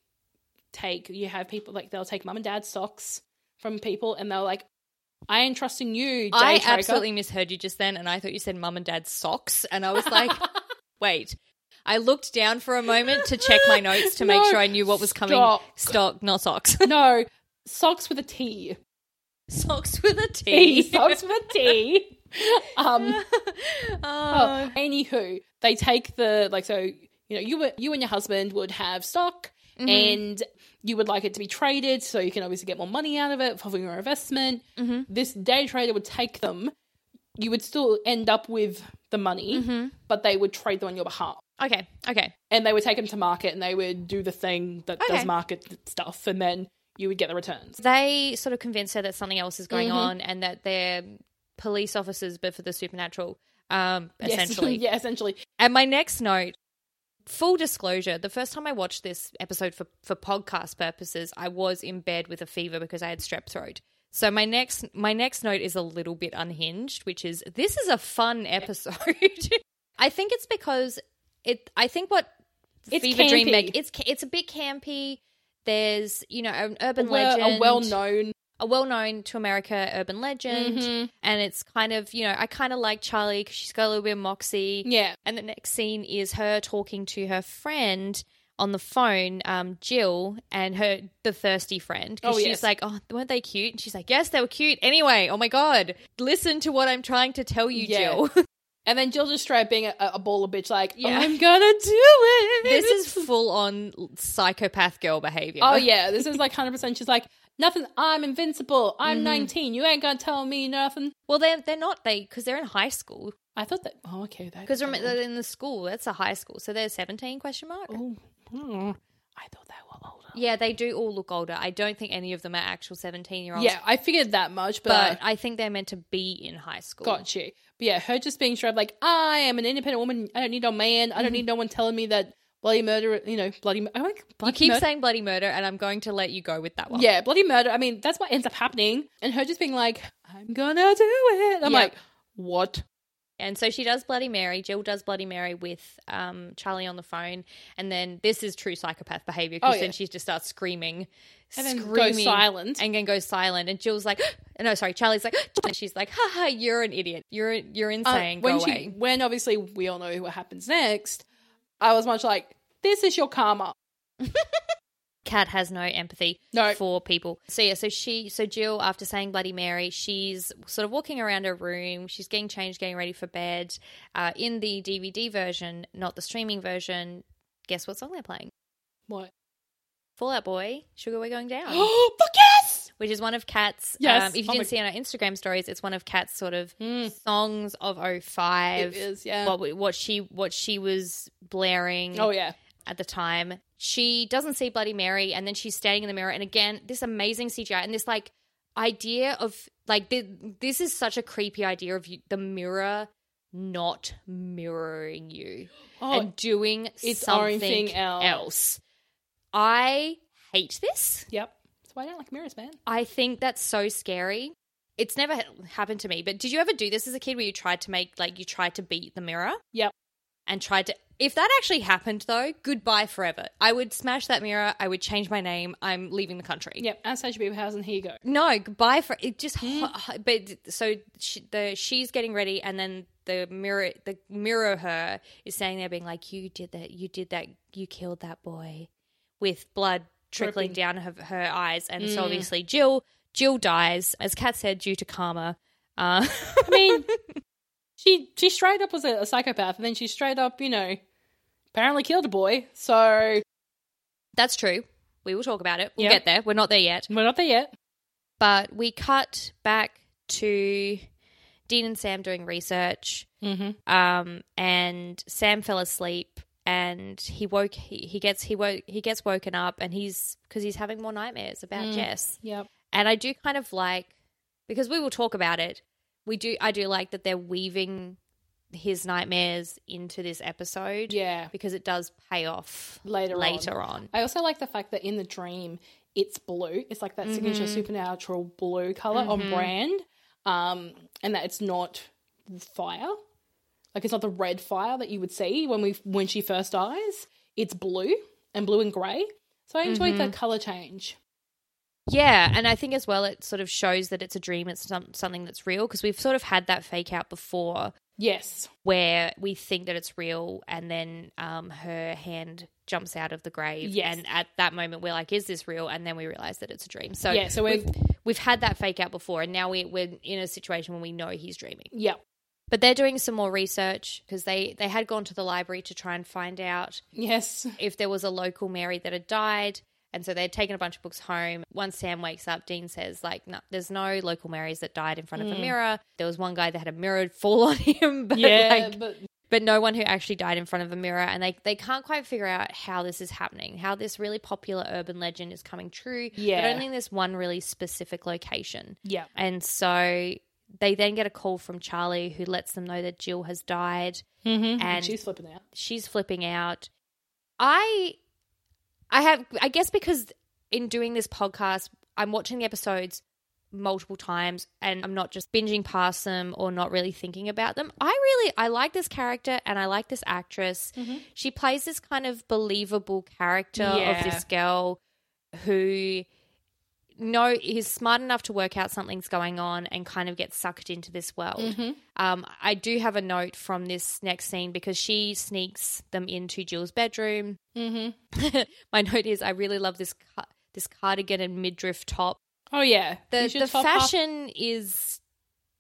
Speaker 1: take you have people like they'll take mum and dad's stocks from people and they'll like I am trusting you. Day
Speaker 2: I
Speaker 1: trader.
Speaker 2: absolutely misheard you just then, and I thought you said mum and dad's socks, and I was like, wait. I looked down for a moment to check my notes to make
Speaker 1: No,
Speaker 2: sure I knew what was coming.
Speaker 1: stock.
Speaker 2: Stock, not socks.
Speaker 1: no socks with a T.
Speaker 2: socks with a
Speaker 1: T
Speaker 2: T.
Speaker 1: E, socks with a T. Um.
Speaker 2: Oh.
Speaker 1: Oh, anywho, they take the like so you know you were you and your husband would have stock and you would like it to be traded so you can obviously get more money out of it for your investment. This day trader would take them. You would still end up with the money, but they would trade them on your behalf.
Speaker 2: Okay. Okay.
Speaker 1: And they would take them to market and they would do the thing that
Speaker 2: Okay.
Speaker 1: does market stuff and then you would get the returns.
Speaker 2: They sort of convince her that something else is
Speaker 1: Mm-hmm.
Speaker 2: going on and that they're police officers, but for the supernatural, um,
Speaker 1: Yes.
Speaker 2: essentially.
Speaker 1: yeah, essentially.
Speaker 2: And my next note. Full disclosure, the first time I watched this episode for, for podcast purposes, I was in bed with a fever because I had strep throat. So my next my next note is a little bit unhinged, which is this is a fun episode. I think it's because it I think what
Speaker 1: It's
Speaker 2: Fever Dream
Speaker 1: campy.
Speaker 2: Meg it's ca- it's a bit campy. There's, you know, an urban
Speaker 1: We're
Speaker 2: legend.
Speaker 1: a well known
Speaker 2: a well known to America urban legend.
Speaker 1: Mhm.
Speaker 2: And it's kind of, you know, I kind of like Charlie because she's got a little bit of moxie.
Speaker 1: Yeah.
Speaker 2: And the next scene is her talking to her friend on the phone, um, Jill, and her the thirsty friend. 'Cause
Speaker 1: Oh,
Speaker 2: she's
Speaker 1: yes.
Speaker 2: like, "Oh, weren't they cute?" And she's like, "Yes, they were cute." Anyway, oh my god, listen to what I'm trying to tell you,
Speaker 1: Yeah.
Speaker 2: Jill.
Speaker 1: And then Jill just straight up being a, a ball of bitch, like,
Speaker 2: Yeah.
Speaker 1: I'm gonna do it.
Speaker 2: this is full on psychopath girl behavior.
Speaker 1: Oh yeah, this is like hundred percent. She's like, nothing. I'm invincible. I'm nineteen. You ain't gonna tell me nothing.
Speaker 2: Well, they're they're not they because they're in high school.
Speaker 1: I thought that. Oh okay, that
Speaker 2: Because remember, they're in the school that's a high school, so they're seventeen question mark.
Speaker 1: Oh, mm, I thought they were older.
Speaker 2: Yeah, they do all look older. I don't think any of them are actual seventeen year olds.
Speaker 1: Yeah, I figured that much,
Speaker 2: but
Speaker 1: but,
Speaker 2: I think they're meant to be in high school.
Speaker 1: got you. But yeah, her just being straight up like, I am an independent woman. I don't need no man. I don't need no one telling me that bloody murder. You know, bloody. mur- I like bloody
Speaker 2: You keep
Speaker 1: murder.
Speaker 2: saying bloody murder, and I'm going to let you go with that one.
Speaker 1: yeah, bloody murder. I mean, that's what ends up happening. And her just being like, I'm gonna do it. I'm
Speaker 2: Yeah.
Speaker 1: like, what?
Speaker 2: And so she does Bloody Mary. Jill does Bloody Mary with um, Charlie on the phone, and then this is true psychopath behavior because
Speaker 1: Oh, yeah.
Speaker 2: then she just starts screaming,
Speaker 1: And then go
Speaker 2: screaming,
Speaker 1: silent.
Speaker 2: and then goes silent. And Jill's like, no, sorry, Charlie's like, and she's like, ha ha, you're an idiot. You're you're
Speaker 1: Um,
Speaker 2: insane.
Speaker 1: when
Speaker 2: go
Speaker 1: she,
Speaker 2: away.
Speaker 1: when obviously we all know what happens next, I was much like, this is your karma.
Speaker 2: Cat has no empathy
Speaker 1: No.
Speaker 2: for people. So yeah, so she so Jill after saying Bloody Mary, she's sort of walking around her room, she's getting changed, getting ready for bed. Uh, in the DVD version, not the streaming version, guess what song they're playing?
Speaker 1: What?
Speaker 2: Fallout Boy, Sugar We're Going Down,
Speaker 1: Oh, fuck yes!
Speaker 2: which is one of Cat's
Speaker 1: Yes.
Speaker 2: um, if you
Speaker 1: Oh my-
Speaker 2: didn't see on our Instagram stories, it's one of Cat's sort of
Speaker 1: Mm.
Speaker 2: songs of
Speaker 1: It
Speaker 2: 05.
Speaker 1: is, yeah.
Speaker 2: What, we- what she what she was blaring
Speaker 1: oh, yeah.
Speaker 2: at the time. She doesn't see Bloody Mary, and then she's standing in the mirror. And again, this amazing CGI and this like idea of like the, this is such a creepy idea of you, the mirror not mirroring you
Speaker 1: Oh,
Speaker 2: and doing
Speaker 1: it's
Speaker 2: something
Speaker 1: everything else.
Speaker 2: else. I hate this.
Speaker 1: yep. That's why I don't like mirrors, man.
Speaker 2: I think that's so scary. It's never ha- happened to me, but did you ever do this as a kid where you tried to make like you tried to beat the mirror?
Speaker 1: Yep.
Speaker 2: and tried to. If that actually happened, though, goodbye forever. I would smash that mirror. I would change my name. I'm leaving the country.
Speaker 1: Yep. Anastasia Beaverhouse and here you go.
Speaker 2: No, goodbye for it. Just
Speaker 1: Hmm.
Speaker 2: but so she, the she's getting ready, and then the mirror, the mirror her is standing there, being like, "You did that. You did that. You killed that boy," with blood trickling
Speaker 1: Dripping. Mm.
Speaker 2: down her, her eyes, and so obviously Jill Jill dies, as Kat said, due to karma. Uh,
Speaker 1: I mean, she she straight up was a, a psychopath, and then she straight up, you know, apparently killed a boy. So
Speaker 2: that's true. We will talk about it. We'll
Speaker 1: Yeah.
Speaker 2: get there. We're not there yet.
Speaker 1: we're not there yet.
Speaker 2: but we cut back to Dean and Sam doing research.
Speaker 1: Mm-hmm.
Speaker 2: Um, and Sam fell asleep, and he woke. He, he gets he woke he gets woken up, and he's because he's having more nightmares about
Speaker 1: Mm.
Speaker 2: Jess.
Speaker 1: Yep.
Speaker 2: And I do kind of like because we will talk about it. We do I do like that they're weaving his nightmares into this episode.
Speaker 1: Yeah.
Speaker 2: because it does pay off
Speaker 1: Later on.
Speaker 2: Later on.
Speaker 1: I also like the fact that in the dream, it's blue. It's like that signature
Speaker 2: Mm-hmm.
Speaker 1: supernatural blue color on brand, um, and that it's not fire. Like it's not the red fire that you would see when we when she first dies. It's blue and blue and gray. So I enjoyed
Speaker 2: Mm-hmm.
Speaker 1: that color change.
Speaker 2: Yeah, and I think as well it sort of shows that it's a dream, it's some, something that's real because we've sort of had that fake out before
Speaker 1: Yes.
Speaker 2: where we think that it's real and then um, her hand jumps out of the grave
Speaker 1: Yes.
Speaker 2: and at that moment we're like is this real and then we realize that it's a dream. So
Speaker 1: Yeah, so
Speaker 2: we've
Speaker 1: we've-
Speaker 2: we've had that fake out before and now we, we're in a situation when we know he's dreaming.
Speaker 1: Yep.
Speaker 2: But they're doing some more research because they they had gone to the library to try and find out
Speaker 1: Yes.
Speaker 2: if there was a local Mary that had died. And so they'd taken a bunch of books home. Once Sam wakes up, Dean says, like, no, there's no local Marys that died in front of a
Speaker 1: Mm.
Speaker 2: mirror. There was one guy that had a mirror fall on him, but,
Speaker 1: Yeah.
Speaker 2: like,
Speaker 1: but
Speaker 2: but no one who actually died in front of a mirror. And they, they can't quite figure out how this is happening, how this really popular urban legend is coming true. But
Speaker 1: Yeah.
Speaker 2: only in this one really specific location.
Speaker 1: yeah.
Speaker 2: And so they then get a call from Charlie who lets them know that Jill has died
Speaker 1: Mm-hmm.
Speaker 2: And-
Speaker 1: And she's flipping out.
Speaker 2: she's flipping out. I I have I guess because in doing this podcast, I'm watching the episodes multiple times and I'm not just binging past them or not really thinking about them. I really I like this character and I like this actress. She plays this kind of believable character of
Speaker 1: Yeah.
Speaker 2: this girl who know is smart enough to work out something's going on and kind of get sucked into this world. Um, I do have a note from this next scene because she sneaks them into Jill's bedroom.
Speaker 1: Mm-hmm.
Speaker 2: My note is I really love this ca- this cardigan and midriff top.
Speaker 1: Oh yeah, You
Speaker 2: The
Speaker 1: should
Speaker 2: the
Speaker 1: top up-
Speaker 2: fashion is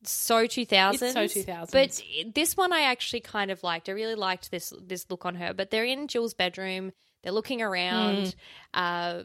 Speaker 2: so 2000s.
Speaker 1: It's so 2000s.
Speaker 2: But this one I actually kind of liked. I really liked this this look on her. But they're in Jill's bedroom. They're looking around.
Speaker 1: Hmm.
Speaker 2: Uh,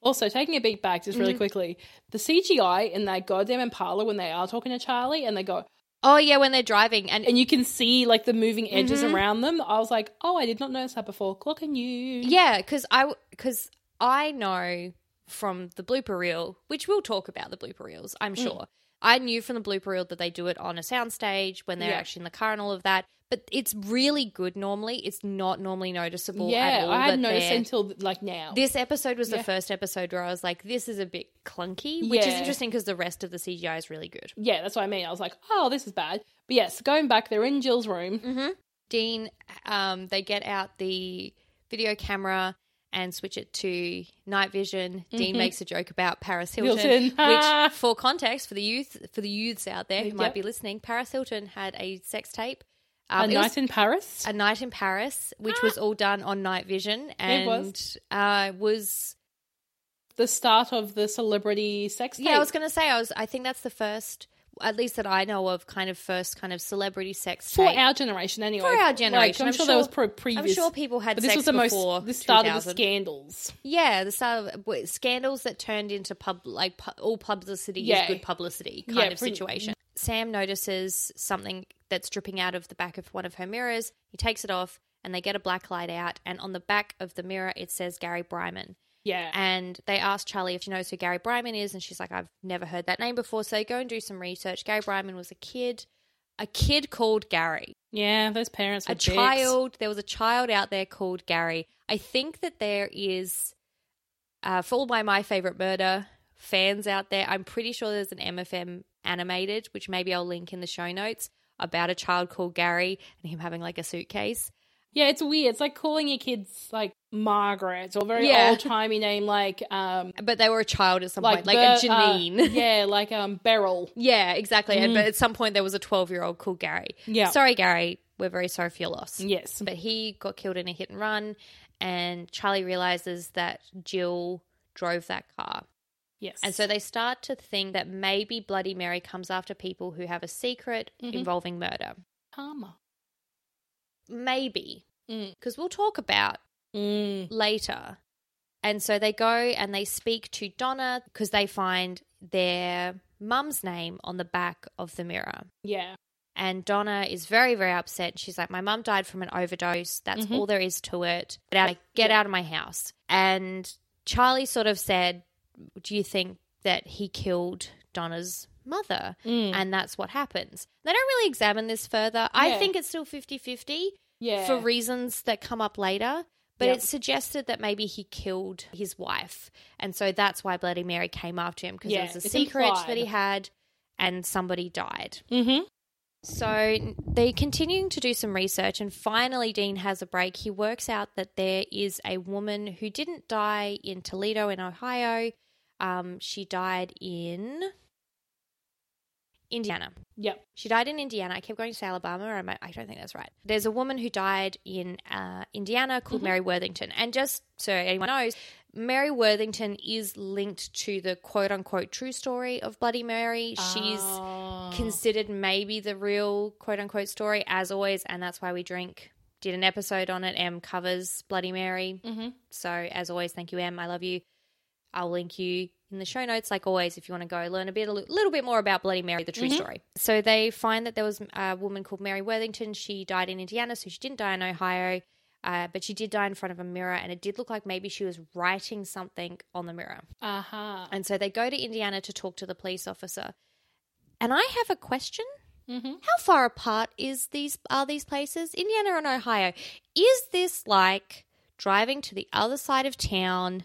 Speaker 1: Also, taking a big back just really
Speaker 2: Mm-hmm.
Speaker 1: quickly, the CGI in that goddamn Impala when they are talking to Charlie and they go,
Speaker 2: oh yeah, when they're driving and
Speaker 1: and you can see like the moving edges
Speaker 2: Mm-hmm.
Speaker 1: around them. I was like, oh, I did not notice that before. Clock and you.
Speaker 2: Yeah, because I because I know from the blooper reel, which we'll talk about the blooper reels, I'm
Speaker 1: Mm.
Speaker 2: sure. I knew from the blooper reel that they do it on a soundstage when they're
Speaker 1: Yeah.
Speaker 2: actually in the car and all of that. But it's really good normally. It's not normally noticeable. at
Speaker 1: yeah,
Speaker 2: all
Speaker 1: I
Speaker 2: that
Speaker 1: hadn't noticed
Speaker 2: they're-
Speaker 1: until like now.
Speaker 2: This episode was the
Speaker 1: Yeah.
Speaker 2: first episode where I was like, "This is a bit clunky," which is
Speaker 1: Yeah.
Speaker 2: interesting because the rest of the CGI is really good.
Speaker 1: yeah, that's what I mean. I was like, oh, this is bad. But yes, going back, they're in Jill's room.
Speaker 2: Mm-hmm. Dean, um, they get out the video camera and switch it to night vision. Dean makes a joke about Paris Hilton,
Speaker 1: Mm-hmm. Hilton. Ah.
Speaker 2: which, for context, for the youth, for the youths out there who might
Speaker 1: Yep.
Speaker 2: be listening, Paris Hilton had a sex tape.
Speaker 1: A
Speaker 2: Um, it
Speaker 1: night
Speaker 2: was
Speaker 1: in Paris.
Speaker 2: a night in Paris, which was all done on night vision, and
Speaker 1: was.
Speaker 2: Uh, was
Speaker 1: the start of the celebrity sex
Speaker 2: yeah. I
Speaker 1: tape.
Speaker 2: was going to say, I was. I think that's the first, at least that I know of, kind of first kind of celebrity sex
Speaker 1: for
Speaker 2: tape.
Speaker 1: our generation, anyway.
Speaker 2: For our generation,
Speaker 1: Like, I'm,
Speaker 2: I'm
Speaker 1: sure, there was
Speaker 2: sure-
Speaker 1: pro- previous.
Speaker 2: I'm sure people had
Speaker 1: but this
Speaker 2: sex
Speaker 1: was the
Speaker 2: before
Speaker 1: most. This started the
Speaker 2: 2000.
Speaker 1: scandals.
Speaker 2: Yeah, the start of w- scandals that turned into pub like pu- all publicity
Speaker 1: Yeah.
Speaker 2: is good publicity kind
Speaker 1: Yeah,
Speaker 2: of
Speaker 1: pretty-
Speaker 2: situation. Sam notices something that's dripping out of the back of one of her mirrors. He takes it off, and they get a black light out. And on the back of the mirror, it says Gary Bryman.
Speaker 1: Yeah.
Speaker 2: And they ask Charlie if she knows who Gary Bryman is, and she's like, "I've never heard that name before." So they go and do some research. Gary Bryman was a kid, a kid called Gary
Speaker 1: yeah, those parents were
Speaker 2: a
Speaker 1: dicks.
Speaker 2: child. There was a child out there called Gary. I think that there is, uh, for all my my favorite murder fans out there, I'm pretty sure there's an MFM animated, which maybe I'll link in the show notes about a child called Gary and him having like a suitcase.
Speaker 1: Yeah, it's weird. It's like calling your kids like Margaret or a very
Speaker 2: Yeah.
Speaker 1: old timey name like um
Speaker 2: But they were a child at some
Speaker 1: like
Speaker 2: point, like a
Speaker 1: Ber- uh,
Speaker 2: Janine.
Speaker 1: yeah, like um Beryl.
Speaker 2: yeah, exactly. And But at some point, there was a 12 year old called Gary.
Speaker 1: Yeah.
Speaker 2: Sorry, Gary. We're very sorry for your loss.
Speaker 1: Yes.
Speaker 2: But he got killed in a hit and run, and Charlie realizes that Jill drove that car.
Speaker 1: Yes.
Speaker 2: And so they start to think that maybe Bloody Mary comes after people who have a secret
Speaker 1: Mhm.
Speaker 2: involving murder.
Speaker 1: karma.
Speaker 2: Maybe.
Speaker 1: Mm.
Speaker 2: Because we'll talk about
Speaker 1: Mm.
Speaker 2: later. And so they go and they speak to Donna because they find their mum's name on the back of the mirror.
Speaker 1: Yeah.
Speaker 2: And Donna is very, very upset. She's like, My mum died from an overdose. That's
Speaker 1: Mhm.
Speaker 2: all there is to it. Get out, get out of my house. And Charlie sort of said, Do you think that he killed Donna's mother?
Speaker 1: Mm.
Speaker 2: And that's what happens. They don't really examine this further. I
Speaker 1: Yeah.
Speaker 2: think it's still 50 50
Speaker 1: yeah.
Speaker 2: for reasons that come up later. But
Speaker 1: Yep.
Speaker 2: it's suggested that maybe he killed his wife. And so that's why Bloody Mary came after him because
Speaker 1: Yeah,
Speaker 2: it was a
Speaker 1: it's
Speaker 2: secret that he
Speaker 1: implied.
Speaker 2: had and somebody died.
Speaker 1: mm-hmm.
Speaker 2: So they're continuing to do some research, and finally, Dean has a break. He works out that there is a woman who didn't die in Toledo, in Ohio. Um, she died in Indiana.
Speaker 1: Yep.
Speaker 2: She died in Indiana. I kept going to say Alabama. I, might, I don't think that's right. There's a woman who died in uh, Indiana called Mary Worthington. And just so anyone knows, Mary Worthington is linked to the quote unquote true story of Bloody Mary. She's
Speaker 1: Ah.
Speaker 2: considered maybe the real quote unquote story as always and that's why we drink did an episode on it m covers bloody mary
Speaker 1: Mhm.
Speaker 2: so as always thank you m i love you i'll link you in the show notes like always if you want to go learn a bit a li- little bit more about bloody mary the true story so they find that there was a woman called mary worthington she died in indiana so she didn't die in ohio uh, but she did die in front of a mirror and it did look like maybe she was writing something on the mirror
Speaker 1: Aha.
Speaker 2: and so they go to Indiana to talk to the police officer. And I have a question.
Speaker 1: Mhm.
Speaker 2: How far apart is these are these places? Indiana and Ohio. Is this like driving to the other side of town?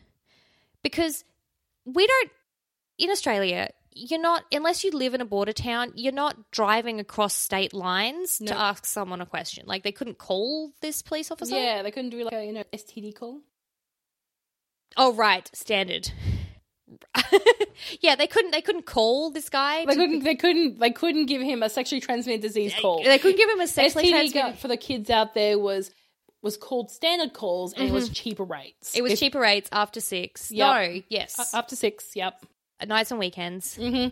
Speaker 2: Because we don't in Australia, you're not unless you live in a border town, you're not driving across state lines to
Speaker 1: No.
Speaker 2: ask someone a question. Like they couldn't call this police officer.
Speaker 1: Yeah, they couldn't do like a you know STD call.
Speaker 2: Oh right, standard. yeah, they couldn't. They couldn't call this guy.
Speaker 1: They
Speaker 2: to-
Speaker 1: couldn't. They couldn't. They couldn't give him a sexually transmitted disease call.
Speaker 2: They couldn't give him a sexually
Speaker 1: STD
Speaker 2: transmitted.
Speaker 1: gut for the kids out there was was called standard calls, and Mm-hmm. it was cheaper rates.
Speaker 2: It was
Speaker 1: If-
Speaker 2: cheaper rates after six.
Speaker 1: Yep.
Speaker 2: No, yes,
Speaker 1: uh, up to six. Yep.
Speaker 2: nights and weekends.
Speaker 1: Mm-hmm.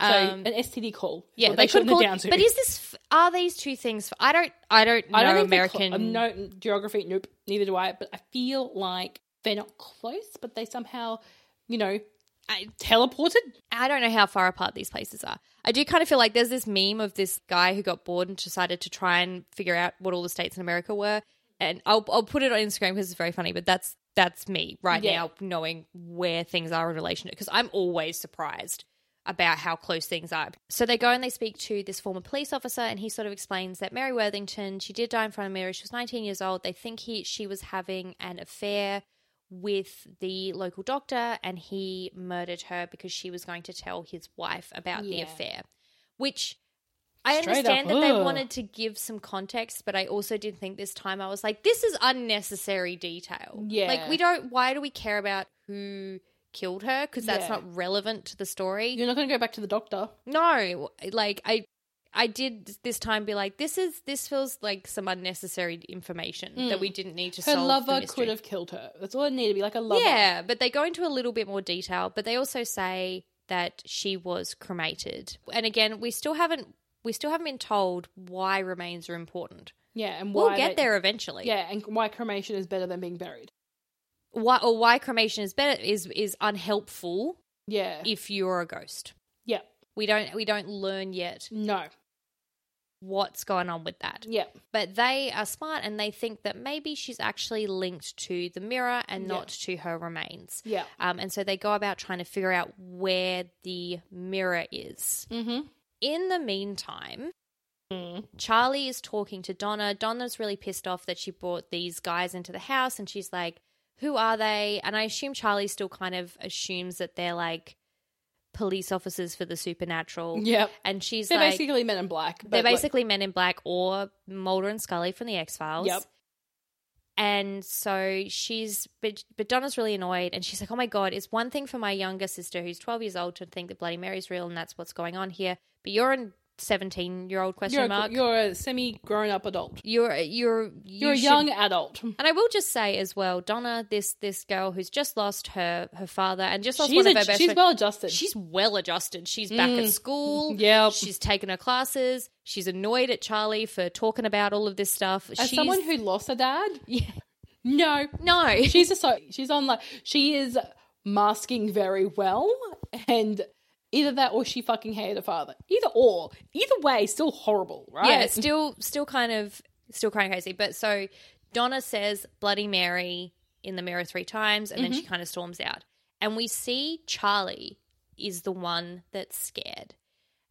Speaker 1: So
Speaker 2: Um,
Speaker 1: an STD call. is
Speaker 2: yeah,
Speaker 1: what
Speaker 2: they, could
Speaker 1: shortened it
Speaker 2: call.
Speaker 1: down to.
Speaker 2: But is this? f- Are these two things? f- I don't. I don't know
Speaker 1: I don't think they're
Speaker 2: American.
Speaker 1: clo- um, no geography. Nope. Neither do I. But I feel like they're not close, but they somehow, you know,
Speaker 2: I-
Speaker 1: teleported.
Speaker 2: I don't know how far apart these places are. I do kind of feel like there's this meme of this guy who got bored and decided to try and figure out what all the states in America were. And I'll I'll put it on Instagram because it's very funny. But that's that's me right
Speaker 1: Yeah.
Speaker 2: now, knowing where things are in relation to because I'm always surprised about how close things are. So they go and they speak to this former police officer, and he sort of explains that Mary Worthington she did die in front of a mirror. She was 19 years old. They think he she was having an affair with the local doctor and he murdered her because she was going to tell his wife about the
Speaker 1: Yeah.
Speaker 2: affair which i
Speaker 1: Straight up,
Speaker 2: understand that they
Speaker 1: ugh.
Speaker 2: wanted to give some context but i also did think this time i was like this is unnecessary detail like
Speaker 1: Yeah.
Speaker 2: we don't why do we care about who killed her because that's
Speaker 1: Yeah.
Speaker 2: not relevant to the story
Speaker 1: You're not going to go back to the doctor.
Speaker 2: no like i i did this time be like this is this feels like some unnecessary information that we didn't need to
Speaker 1: Mm. Her
Speaker 2: solve the
Speaker 1: lover
Speaker 2: mystery.
Speaker 1: could have killed her. That's all it needed to be like a lover.
Speaker 2: Yeah, but they go into a little bit more detail, but they also say that she was cremated. And again, we still haven't we still haven't been told why remains are important.
Speaker 1: Yeah, and why
Speaker 2: We'll get
Speaker 1: they-
Speaker 2: there eventually.
Speaker 1: Yeah, and why cremation is better than being buried.
Speaker 2: Why or why cremation is better is is unhelpful
Speaker 1: Yeah,
Speaker 2: if you're a ghost.
Speaker 1: yeah,
Speaker 2: We don't we don't learn yet
Speaker 1: no,
Speaker 2: what's going on with that.
Speaker 1: yeah,
Speaker 2: But they are smart and they think that maybe she's actually linked to the mirror and
Speaker 1: Yeah.
Speaker 2: not to her remains.
Speaker 1: yeah.
Speaker 2: Um, and so they go about trying to figure out where the mirror is.
Speaker 1: Mm-hmm.
Speaker 2: In the meantime,
Speaker 1: Mm.
Speaker 2: Charlie is talking to Donna. Donna's really pissed off that she brought these guys into the house and she's like, Who are they? And I assume Charlie still kind of assumes that they're like police officers for the supernatural.
Speaker 1: Yep.
Speaker 2: And she's
Speaker 1: They're
Speaker 2: like,
Speaker 1: basically Men in Black. But
Speaker 2: They're
Speaker 1: like-
Speaker 2: basically Men in Black or Mulder and Scully from the X Files.
Speaker 1: Yep.
Speaker 2: And so she's, but, but Donna's really annoyed, and she's like, "Oh my god, it's one thing for my younger sister who's twelve years old to think that Bloody Mary's real, and that's what's going on here. But you're a seventeen-year-old question
Speaker 1: you're a,
Speaker 2: mark.
Speaker 1: you're a semi-grown up adult.
Speaker 2: You're you're you
Speaker 1: You're a
Speaker 2: should-
Speaker 1: young adult.
Speaker 2: And I will just say as well, Donna, this this girl who's just lost her her father and just lost
Speaker 1: She's,
Speaker 2: one
Speaker 1: a,
Speaker 2: of her best
Speaker 1: she's
Speaker 2: friends.
Speaker 1: well adjusted.
Speaker 2: She's well adjusted. She's back at school.
Speaker 1: Yep.
Speaker 2: She's taken her classes. She's annoyed at Charlie for talking about all of this stuff.
Speaker 1: As
Speaker 2: she's,
Speaker 1: someone who lost a dad,
Speaker 2: Yeah.
Speaker 1: no,
Speaker 2: No.
Speaker 1: she's a so she's on like she is masking very well, and either that or she fucking hated her father. Either or, either way, still horrible, right?
Speaker 2: Yeah, still still kind of still kind of crazy. But so Donna says Bloody Mary in the mirror three times and then she kind of storms out. And we see Charlie is the one that's scared.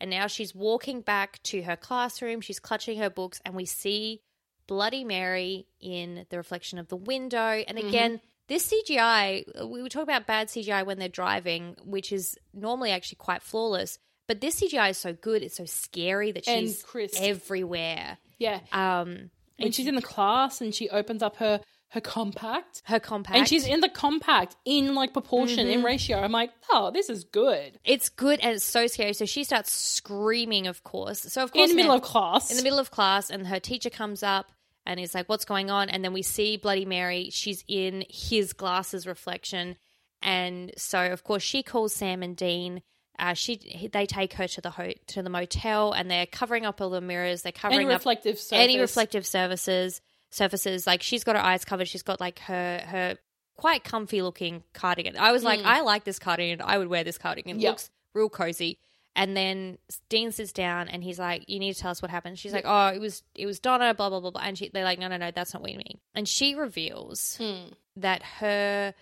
Speaker 2: And now she's walking back to her classroom, she's clutching her books, and we see Bloody Mary in the reflection of the window. And
Speaker 1: Mm-hmm.
Speaker 2: again, this CGI, we were talking about bad CGI when they're driving, which is normally actually quite flawless. But this CGI is so good, it's so scary that
Speaker 1: And
Speaker 2: she's
Speaker 1: crisp.
Speaker 2: everywhere.
Speaker 1: yeah.
Speaker 2: Um,
Speaker 1: And she's in the class, and she opens up her her compact.
Speaker 2: her compact.
Speaker 1: And she's in the compact in like proportion
Speaker 2: Mm-hmm.
Speaker 1: in ratio. I'm like, oh, this is good.
Speaker 2: it's good and it's so scary. So she starts screaming, of course. So of
Speaker 1: In
Speaker 2: course,
Speaker 1: the middle
Speaker 2: now-
Speaker 1: of class.
Speaker 2: in the middle of class, and her teacher comes up and is like, "What's going on?" And then we see Bloody Mary. She's in his glasses reflection, and so of course she calls Sam and Dean. Uh, she he- they take her to the ho- to the motel, and they're covering up all the mirrors. They're covering
Speaker 1: any
Speaker 2: up
Speaker 1: reflective surface.
Speaker 2: any reflective services surfaces like she's got her eyes covered she's got like her her quite comfy looking cardigan i was like i like this cardigan i would wear this cardigan It
Speaker 1: Yep.
Speaker 2: looks real cozy and then dean sits down and he's like you need to tell us what happened she's like oh it was it was donna blah blah blah blah and she, they're like no no no that's not what you mean and she reveals
Speaker 1: Hmm.
Speaker 2: that her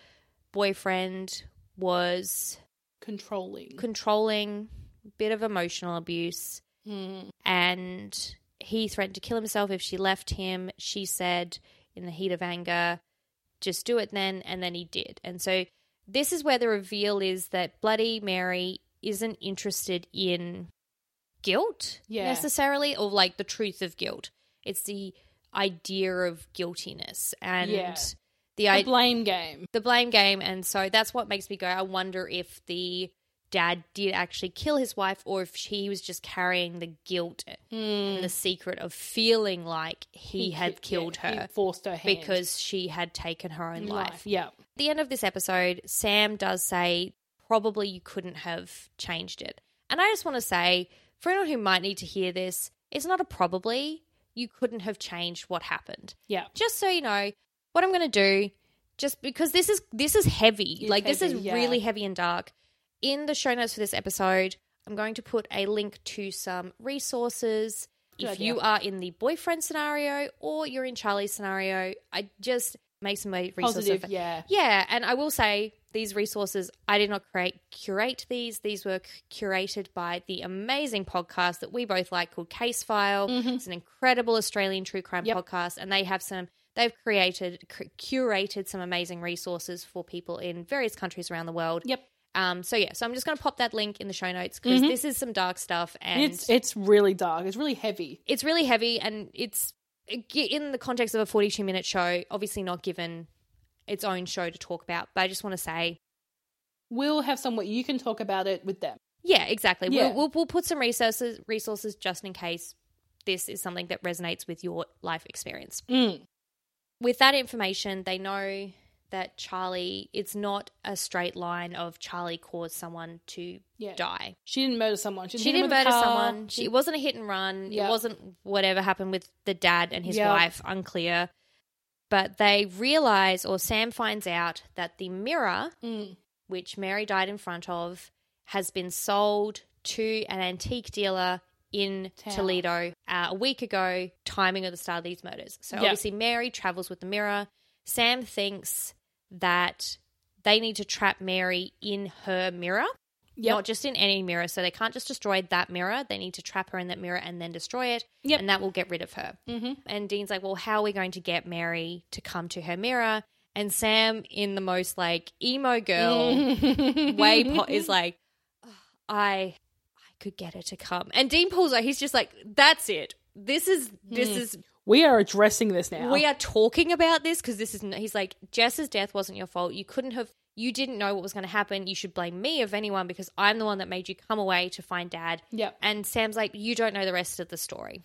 Speaker 2: boyfriend was
Speaker 1: controlling.
Speaker 2: controlling bit of emotional abuse
Speaker 1: Hmm.
Speaker 2: and he threatened to kill himself if she left him. She said, in the heat of anger, just do it then, and then he did. And so, this is where the reveal is that Bloody Mary isn't interested in guilt
Speaker 1: Yeah.
Speaker 2: necessarily, or like the truth of guilt. It's the idea of guiltiness. And
Speaker 1: Yeah.
Speaker 2: The
Speaker 1: A
Speaker 2: I,
Speaker 1: blame game.
Speaker 2: the blame game and so that's what makes me go i wonder if the dad did actually kill his wife or if she was just carrying the guilt and the secret of feeling like he, had
Speaker 1: ki- yeah,
Speaker 2: killed
Speaker 1: Hmm. he
Speaker 2: her
Speaker 1: forced her hand.
Speaker 2: because she had taken her own life.
Speaker 1: life. Yeah.
Speaker 2: At the end of this episode sam does say probably you couldn't have changed it and i just want to say for anyone who might need to hear this it's not a probably you couldn't have changed what happened
Speaker 1: Yeah.
Speaker 2: just so you know what i'm going to do just because this is this is heavy
Speaker 1: It's
Speaker 2: like this
Speaker 1: heavy,
Speaker 2: is
Speaker 1: yeah.
Speaker 2: really heavy and dark in the show notes for this episode i'm going to put a link to some resources
Speaker 1: Good
Speaker 2: if
Speaker 1: idea.
Speaker 2: you are in the boyfriend scenario or you're in charlie's scenario i just make some resources
Speaker 1: Positive.
Speaker 2: av-
Speaker 1: Yeah.
Speaker 2: yeah, and I will say these resources, I did not create curate these. These were c- curated by the amazing podcast that we both like called Case File. It's an incredible Australian true crime
Speaker 1: Mm-hmm. Yep.
Speaker 2: podcast, and they have some. They've created cr- curated some amazing resources for people in various countries around the world.
Speaker 1: Yep. Mm-hmm.
Speaker 2: Um, so yeah, so I'm just going to pop that link in the show notes because this is some dark stuff, and
Speaker 1: it's it's really dark. It's really heavy.
Speaker 2: it's really heavy and it's in the context of a 42 minute show obviously not given its own show to talk about but i just want to say
Speaker 1: We'll have someone you can talk about it with them.
Speaker 2: yeah exactly
Speaker 1: Yeah.
Speaker 2: We'll, we'll, we'll put some resources resources just in case this is something that resonates with your life experience
Speaker 1: Mm.
Speaker 2: with that information they know that charlie it's not a straight line of charlie caused someone to
Speaker 1: Yeah.
Speaker 2: die
Speaker 1: She didn't murder someone. She,
Speaker 2: she
Speaker 1: hit
Speaker 2: didn't
Speaker 1: him with
Speaker 2: murder
Speaker 1: a car.
Speaker 2: someone. She, it wasn't a hit and run.
Speaker 1: Yeah.
Speaker 2: It wasn't whatever happened with the dad and his
Speaker 1: Yeah.
Speaker 2: wife. Unclear. But they realize, or Sam finds out, that the mirror,
Speaker 1: Mm.
Speaker 2: which Mary died in front of, has been sold to an antique dealer in
Speaker 1: Town.
Speaker 2: Toledo uh, a week ago, timing of the start of these murders. So
Speaker 1: Yeah.
Speaker 2: obviously, Mary travels with the mirror. Sam thinks that they need to trap Mary in her mirror
Speaker 1: Yep.
Speaker 2: not just in any mirror. So they can't just destroy that mirror. They need to trap her in that mirror and then destroy it.
Speaker 1: Yep.
Speaker 2: And that will get rid of her.
Speaker 1: Mhm.
Speaker 2: And Dean's like, well, how are we going to get Mary to come to her mirror? And Sam, in the most like emo girl way, po- is like, "Ugh, I, I could get her to come. And Dean pulls her. He's just like, that's it. This is
Speaker 1: Hmm.
Speaker 2: this is
Speaker 1: we are addressing this now.
Speaker 2: we are talking about this because this isn't. He's like, Jess's death wasn't your fault. You couldn't have. You didn't know what was going to happen. You should blame me of anyone because I'm the one that made you come away to find dad.
Speaker 1: Yep.
Speaker 2: And Sam's like, you don't know the rest of the story.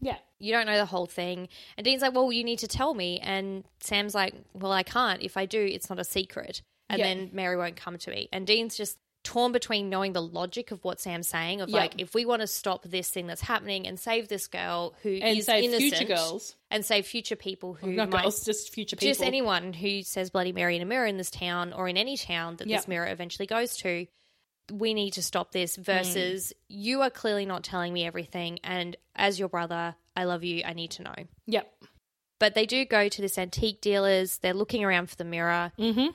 Speaker 1: Yeah.
Speaker 2: You don't know the whole thing. And Dean's like, well, you need to tell me. And Sam's like, well, I can't. If I do, it's not a secret. And
Speaker 1: Yeah.
Speaker 2: then Mary won't come to me. And Dean's just torn between knowing the logic of what Sam's saying of
Speaker 1: Yeah.
Speaker 2: like, if we want to stop this thing that's happening and save this girl who is
Speaker 1: And save
Speaker 2: innocent
Speaker 1: future girls.
Speaker 2: and save future people who
Speaker 1: Not
Speaker 2: might
Speaker 1: girls, just future people.
Speaker 2: just anyone who says Bloody Mary in a mirror in this town or in any town that
Speaker 1: Yeah. Mm.
Speaker 2: this mirror eventually goes to, we need to stop this. Versus, you are clearly not telling me everything, and as your brother, I love you. I need to know.
Speaker 1: Yep.
Speaker 2: But they do go to this antique dealer's. They're looking around for the mirror.
Speaker 1: Mm-hmm.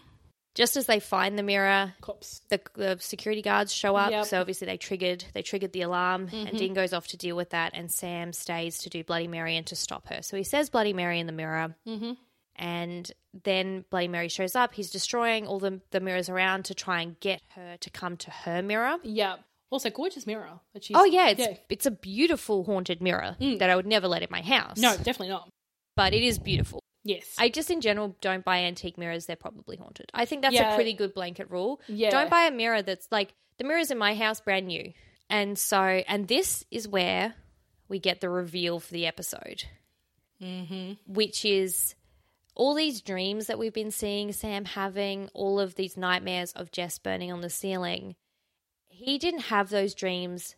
Speaker 2: Just as they find the mirror,
Speaker 1: Cops.
Speaker 2: the, the security guards show up.
Speaker 1: Yep. Mm-hmm.
Speaker 2: So obviously they triggered they triggered the alarm, and Dean goes off to deal with that, and Sam stays to do Bloody Mary and to stop her. So he says Bloody Mary in the mirror,
Speaker 1: Mhm.
Speaker 2: and then Bloody Mary shows up. He's destroying all the the mirrors around to try and get her to come to her mirror.
Speaker 1: Yep. Also, gorgeous mirror. That she's,
Speaker 2: Oh yeah, it's it's a beautiful haunted mirror that I would never let in my house.
Speaker 1: Mm. No, definitely not.
Speaker 2: but it is beautiful.
Speaker 1: Yes.
Speaker 2: I just in general don't buy antique mirrors. They're probably haunted. I think that's
Speaker 1: Yeah.
Speaker 2: a pretty good blanket rule.
Speaker 1: Yeah.
Speaker 2: Don't buy a mirror that's like the mirrors in my house brand new. And so and this is where we get the reveal for the episode. Mm-hmm. Which is all these dreams that we've been seeing Sam having, all of these nightmares of Jess burning on the ceiling. He didn't have those dreams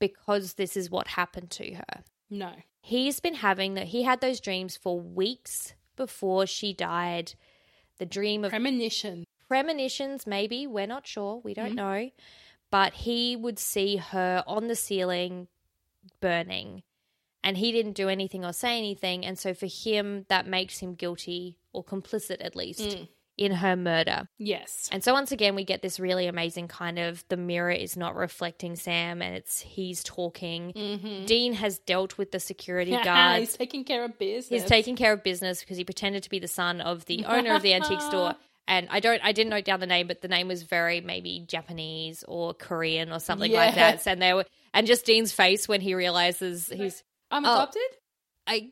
Speaker 2: because this is what happened to her
Speaker 1: no.
Speaker 2: he's been having that he had those dreams for weeks before she died the dream of
Speaker 1: Premonition.
Speaker 2: premonitions maybe we're not sure we don't know but he would see her on the ceiling burning and he didn't do anything or say anything and so for him that makes him guilty or complicit at least in her murder
Speaker 1: Yes.
Speaker 2: and so once again, we get this really amazing kind of the mirror is not reflecting Sam, and it's he's talking. Dean has dealt with the security guards.
Speaker 1: Mm-hmm. He's taking care of business.
Speaker 2: he's taking care of business because he pretended to be the son of the owner of the antique store. And I don't, I didn't note down the name, but the name was very maybe Japanese or Korean or something like
Speaker 1: Yeah.
Speaker 2: that. And they were, and just Dean's face when he realizes he's
Speaker 1: I'm
Speaker 2: Oh.
Speaker 1: adopted?
Speaker 2: I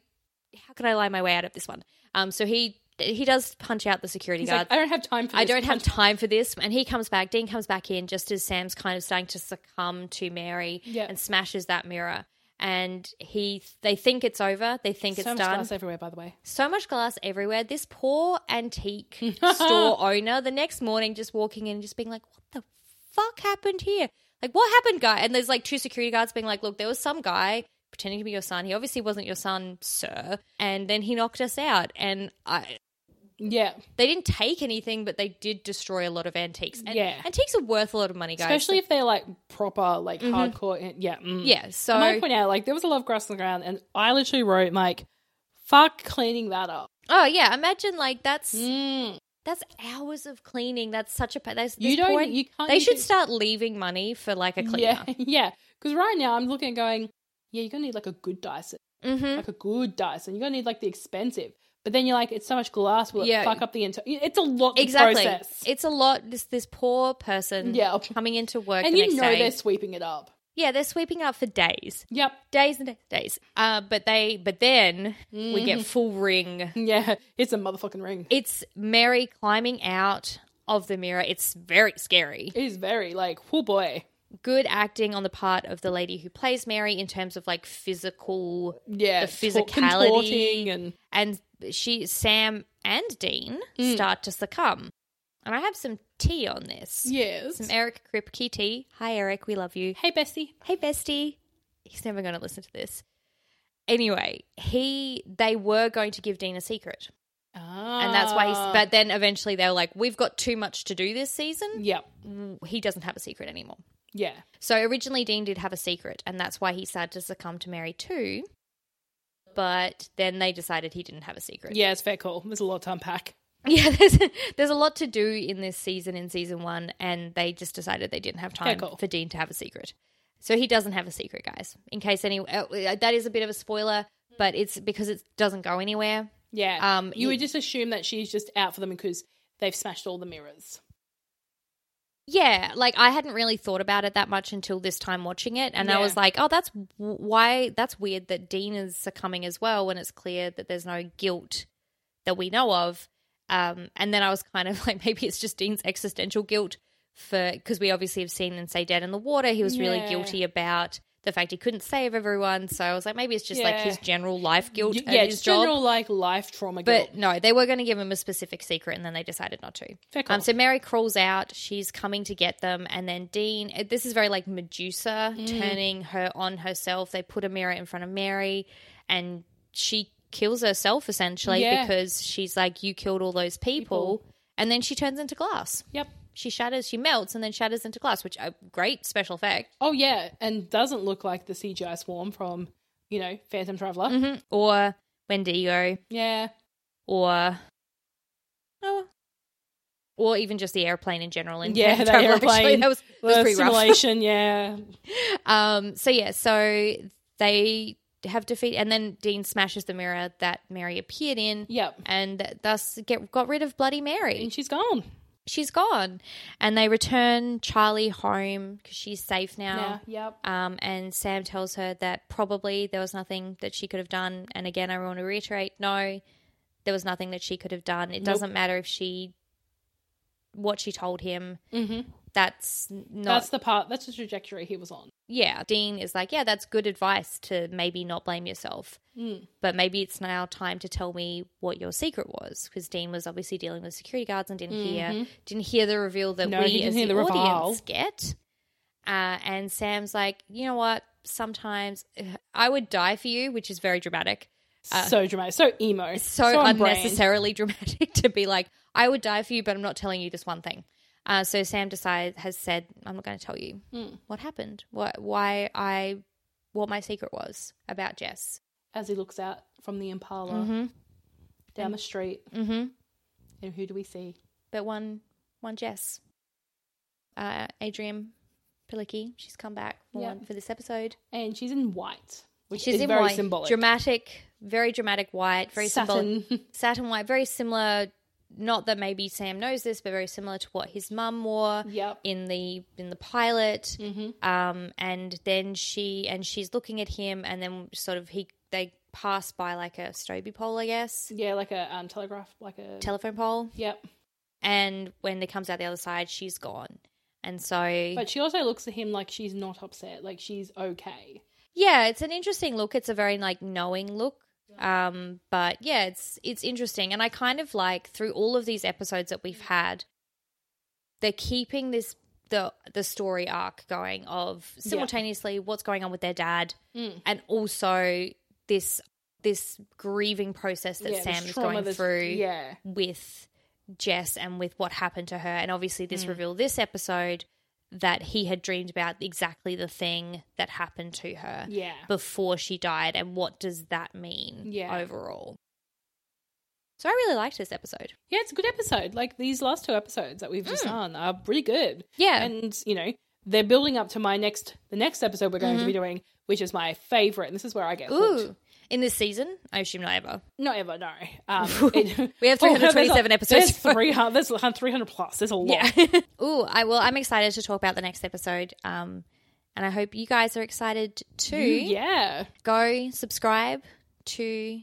Speaker 2: how can I lie my way out of this one? Um, so he he does punch out the security
Speaker 1: He's
Speaker 2: guard.
Speaker 1: like, "Oh, I don't have time for this.
Speaker 2: I don't have
Speaker 1: time.
Speaker 2: time for this. And he comes back. Dean comes back in just as Sam's kind of starting to succumb to Mary
Speaker 1: Yeah.
Speaker 2: and smashes that mirror. And he, they think it's over. They think
Speaker 1: So
Speaker 2: it's
Speaker 1: much
Speaker 2: done.
Speaker 1: glass everywhere, by the way.
Speaker 2: So much glass everywhere. This poor antique store owner. The next morning, just walking in, just being like, "What the fuck happened here? Like, what happened, guy?" And there's like two security guards being like, "Look, there was some guy." Pretending to be your son, he obviously wasn't your son, sir. And then he knocked us out. And I,
Speaker 1: Yeah,
Speaker 2: they didn't take anything, but they did destroy a lot of antiques. And
Speaker 1: Yeah.
Speaker 2: antiques are worth a lot of money, guys.
Speaker 1: especially if they're like proper, like hardcore. and- Yeah, mm.
Speaker 2: Mm-hmm. yeah. So
Speaker 1: I might point out, like, there was a lot of grass on the ground, and I literally wrote, like, fuck cleaning that up.
Speaker 2: oh yeah, imagine like that's
Speaker 1: Mm.
Speaker 2: that's hours of cleaning. That's such a pa- that's this
Speaker 1: You don't- e,
Speaker 2: point-
Speaker 1: you can't
Speaker 2: They
Speaker 1: even-
Speaker 2: should start leaving money for like a cleaner.
Speaker 1: Yeah, yeah. Because right now I'm looking and going, yeah, you're going to need like a good Dyson,
Speaker 2: hmm
Speaker 1: like a good Dyson. You're going to need like the expensive. But then you're like, it's so much glass, will
Speaker 2: Yeah.
Speaker 1: it fuck up the entire. It's a lot to
Speaker 2: Exactly.
Speaker 1: process.
Speaker 2: It's a lot. This this poor person
Speaker 1: Yeah.
Speaker 2: coming into work
Speaker 1: and
Speaker 2: the
Speaker 1: you
Speaker 2: next
Speaker 1: know
Speaker 2: day.
Speaker 1: they're sweeping it up.
Speaker 2: Yeah, they're sweeping up for days,
Speaker 1: Yep.
Speaker 2: days and days, days. Uh, but they but then we
Speaker 1: Mm-hmm.
Speaker 2: get full ring
Speaker 1: Yeah, it's a motherfucking ring.
Speaker 2: It's Mary climbing out of the mirror. It's very scary.
Speaker 1: It is very like, oh boy.
Speaker 2: Good acting on the part of the lady who plays Mary in terms of like physical the
Speaker 1: Yeah, tor-
Speaker 2: physicality
Speaker 1: contorting and
Speaker 2: and she Sam and Dean
Speaker 1: Mm.
Speaker 2: start to succumb. And I have some tea on this.
Speaker 1: yes.
Speaker 2: Some Eric Kripke tea. Hi Eric, we love you.
Speaker 1: Hey, Bessie.
Speaker 2: Hey bestie. He's never going to listen to this. Anyway, he they were going to give Dean a secret.
Speaker 1: Ah.
Speaker 2: And that's why he's, but then eventually they were like, we've got too much to do this season.
Speaker 1: Yep.
Speaker 2: he doesn't have a secret anymore.
Speaker 1: Yeah.
Speaker 2: So originally Dean did have a secret, and that's why he started to succumb to Mary too. But then they decided he didn't have a secret.
Speaker 1: Yeah, it's fair call. There's a lot to unpack.
Speaker 2: Yeah, there's there's a lot to do in this season in season one, and they just decided they didn't have time
Speaker 1: cool.
Speaker 2: for Dean to have a secret. So he doesn't have a secret, guys. In case any, uh, that is a bit of a spoiler, but it's because it doesn't go anywhere.
Speaker 1: Yeah.
Speaker 2: Um,
Speaker 1: you
Speaker 2: y-
Speaker 1: would just assume that she's just out for them because they've smashed all the mirrors.
Speaker 2: Yeah, like I hadn't really thought about it that much until this time watching it, and I
Speaker 1: Yeah.
Speaker 2: was like, "Oh, that's w- why. That's weird that Dean is succumbing as well when it's clear that there's no guilt that we know of." Um, and then I was kind of like, maybe it's just Dean's existential guilt for because we obviously have seen in Say Dead in the Water, he was really
Speaker 1: Yeah.
Speaker 2: guilty about the fact he couldn't save everyone. So I was like, maybe it's just like
Speaker 1: Yeah.
Speaker 2: his general life guilt.
Speaker 1: Y-
Speaker 2: at
Speaker 1: yeah,
Speaker 2: his
Speaker 1: just
Speaker 2: job.
Speaker 1: general like life trauma. guilt.
Speaker 2: But no, they were going to give him a specific secret, and then they decided not to.
Speaker 1: Fair call.
Speaker 2: Um, so Mary crawls out. She's coming to get them, and then Dean. uh, This is very like Medusa
Speaker 1: Mm.
Speaker 2: turning her on herself. They put a mirror in front of Mary, and she kills herself essentially
Speaker 1: Yeah.
Speaker 2: because she's like, "You killed all those people,", and then she turns into glass.
Speaker 1: yep.
Speaker 2: She shatters. She melts, and then shatters into glass. Which a great special effect.
Speaker 1: Oh yeah, and doesn't look like the CGI swarm from you know Phantom Traveler.
Speaker 2: Mm-hmm. Or Wendigo,
Speaker 1: Yeah.
Speaker 2: or oh, or even just the airplane in general. In
Speaker 1: Yeah,
Speaker 2: Phantom
Speaker 1: that
Speaker 2: Traveler, actually.
Speaker 1: airplane.
Speaker 2: that was, that was
Speaker 1: The
Speaker 2: pretty rough.
Speaker 1: simulation. yeah.
Speaker 2: Um, so yeah, so they have defeat, and then Dean smashes the mirror that Mary appeared in,
Speaker 1: Yep.
Speaker 2: and thus get got rid of Bloody Mary.
Speaker 1: And she's gone.
Speaker 2: She's gone, and they return Charlie home because she's safe
Speaker 1: Yeah.
Speaker 2: now.
Speaker 1: Yep.
Speaker 2: Um, and Sam tells her that probably there was nothing that she could have done. And again, I want to reiterate: no, there was nothing that she could have done. It doesn't matter if she, what she told him.
Speaker 1: Mhm.
Speaker 2: That's not
Speaker 1: That's the part. That's the trajectory he was on.
Speaker 2: yeah, Dean is like, yeah, that's good advice to maybe not blame yourself.
Speaker 1: Mm.
Speaker 2: But maybe it's now time to tell me what your secret was because Dean was obviously dealing with security guards and didn't hear didn't hear the reveal that
Speaker 1: Mm-hmm. No, he
Speaker 2: we
Speaker 1: didn't
Speaker 2: as the,
Speaker 1: hear the
Speaker 2: audience
Speaker 1: reveal.
Speaker 2: get. Uh, and Sam's like, you know what? Sometimes uh, I would die for you, which is very dramatic,
Speaker 1: so dramatic. So emo.
Speaker 2: Uh, so,
Speaker 1: on brand.
Speaker 2: unnecessarily dramatic to be like, I would die for you, but I'm not telling you this one thing. Uh, so Sam decides has said, I'm not going to tell you
Speaker 1: Hmm.
Speaker 2: what happened, what why I what my secret was about Jess.
Speaker 1: As he looks out from the Impala down the street,
Speaker 2: Mm-hmm.
Speaker 1: and who do we see?
Speaker 2: But one one Jess, uh, Adrian Pilicki, she's come back for
Speaker 1: Yeah.
Speaker 2: one for this episode.
Speaker 1: And she's in white, which
Speaker 2: She's
Speaker 1: is
Speaker 2: in
Speaker 1: very
Speaker 2: white,
Speaker 1: symbolic.
Speaker 2: dramatic, very dramatic white, very symbolic.
Speaker 1: Saturn.
Speaker 2: Saturn white, very similar. Not that maybe Sam knows this, but very similar to what his mum wore
Speaker 1: Yep. Mm-hmm.
Speaker 2: in the in the pilot. Um, and then she and she's looking at him, and then sort of he they pass by like a stoby pole, I guess,
Speaker 1: Yeah, like a um, telegraph, like a.
Speaker 2: telephone pole.
Speaker 1: yep.
Speaker 2: And when it comes out the other side, she's gone. And so,
Speaker 1: But she also looks at him like she's not upset, like she's okay.
Speaker 2: yeah, it's an interesting look. It's a very like knowing look. Um, but yeah, it's it's interesting. And I kind of like through all of these episodes that
Speaker 1: Mm.
Speaker 2: we've had, they're keeping this the the story arc going of simultaneously what's going on with their dad
Speaker 1: Mm.
Speaker 2: and also this this grieving process that
Speaker 1: yeah,
Speaker 2: Sam
Speaker 1: this
Speaker 2: is
Speaker 1: trauma,
Speaker 2: going
Speaker 1: this-
Speaker 2: through
Speaker 1: Yeah.
Speaker 2: with Jess and with what happened to her. And obviously,
Speaker 1: Mm.
Speaker 2: this reveal this episode that he had dreamed about exactly the thing that happened to her
Speaker 1: Yeah.
Speaker 2: before she died, and what does that mean
Speaker 1: Yeah.
Speaker 2: overall. So I really liked this episode.
Speaker 1: Yeah, it's a good episode. Like these last two episodes that we've just done are pretty good.
Speaker 2: Hmm. Yeah.
Speaker 1: And, you know, they're building up to my next the next episode we're going to be doing, which is my favorite. And this is where I get hooked.
Speaker 2: Mm-hmm. Ooh. In this season, I assume not ever.
Speaker 1: Not ever, no. Um, it-
Speaker 2: We have
Speaker 1: Oh, no, there's a-
Speaker 2: 327 episodes.
Speaker 1: There's 300, there's 300 plus. There's a lot.
Speaker 2: Ooh, I will. I'm excited to talk about the next episode. Um, and I hope you guys are excited too.
Speaker 1: Yeah.
Speaker 2: go subscribe to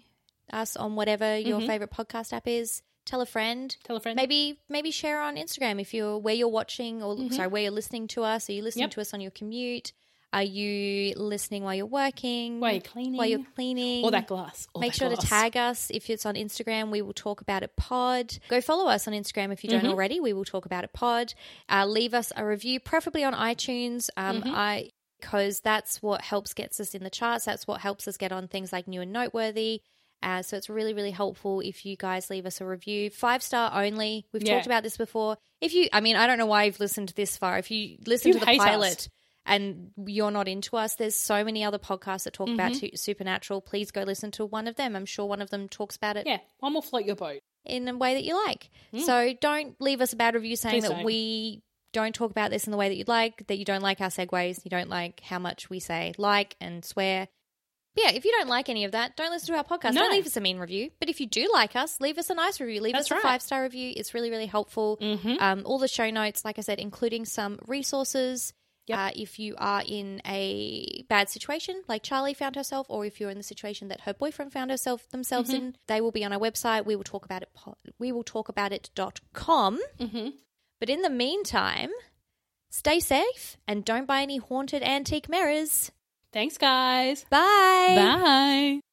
Speaker 2: us on whatever your
Speaker 1: Mm-hmm.
Speaker 2: favorite podcast app is. Tell a friend.
Speaker 1: Tell a friend.
Speaker 2: Maybe maybe share on Instagram if you're where you're watching or sorry where you're listening to us. Are you listening
Speaker 1: Mm-hmm. Yep.
Speaker 2: to us on your commute? Are you listening while you're working?
Speaker 1: While you're cleaning.
Speaker 2: While you're cleaning?
Speaker 1: Or that glass. Or
Speaker 2: Make
Speaker 1: that
Speaker 2: sure to
Speaker 1: glass.
Speaker 2: tag us if it's on Instagram. We will talk about it pod. Go follow us on Instagram if you don't
Speaker 1: Mm-hmm.
Speaker 2: already. We will talk about it pod. Uh, leave us a review, preferably on iTunes. Um,
Speaker 1: Mm-hmm.
Speaker 2: I because that's what helps gets us in the charts. That's what helps us get on things like new and noteworthy. Uh, so it's really really helpful if you guys leave us a review, five star only. We've
Speaker 1: Yeah.
Speaker 2: talked about this before. If you, I mean, I don't know why you've listened this far. If you listen
Speaker 1: You
Speaker 2: to the
Speaker 1: hate us.
Speaker 2: pilot and you're not into us, there's so many other podcasts that talk about
Speaker 1: Mm-hmm.
Speaker 2: tu- supernatural. Please go listen to one of them. I'm sure one of them talks about it
Speaker 1: Yeah. One will float your boat.
Speaker 2: in a way that you like. So don't leave us a bad review saying
Speaker 1: Please
Speaker 2: that
Speaker 1: don't.
Speaker 2: we don't talk about this in the way that you'd like, that you don't like our segues, you don't like how much we say like and swear. But yeah, if you don't like any of that, don't listen to our podcast.
Speaker 1: No.
Speaker 2: Don't leave us a mean review. But if you do like us, leave us a nice review. Leave us
Speaker 1: That's
Speaker 2: a
Speaker 1: right. Mm-hmm.
Speaker 2: five star review. It's really, really helpful. Um, all the show notes, like I said, including some resources.
Speaker 1: Yep.
Speaker 2: Uh, if you are in a bad situation, like Charlie found herself, or if you're in the situation that her boyfriend found herself themselves
Speaker 1: Mm-hmm.
Speaker 2: in, they will be on our website. We will talk about it. po- We will talk about it. dot com.
Speaker 1: Mhm.
Speaker 2: But in the meantime, stay safe and don't buy any haunted antique mirrors.
Speaker 1: Thanks, guys.
Speaker 2: Bye.
Speaker 1: Bye.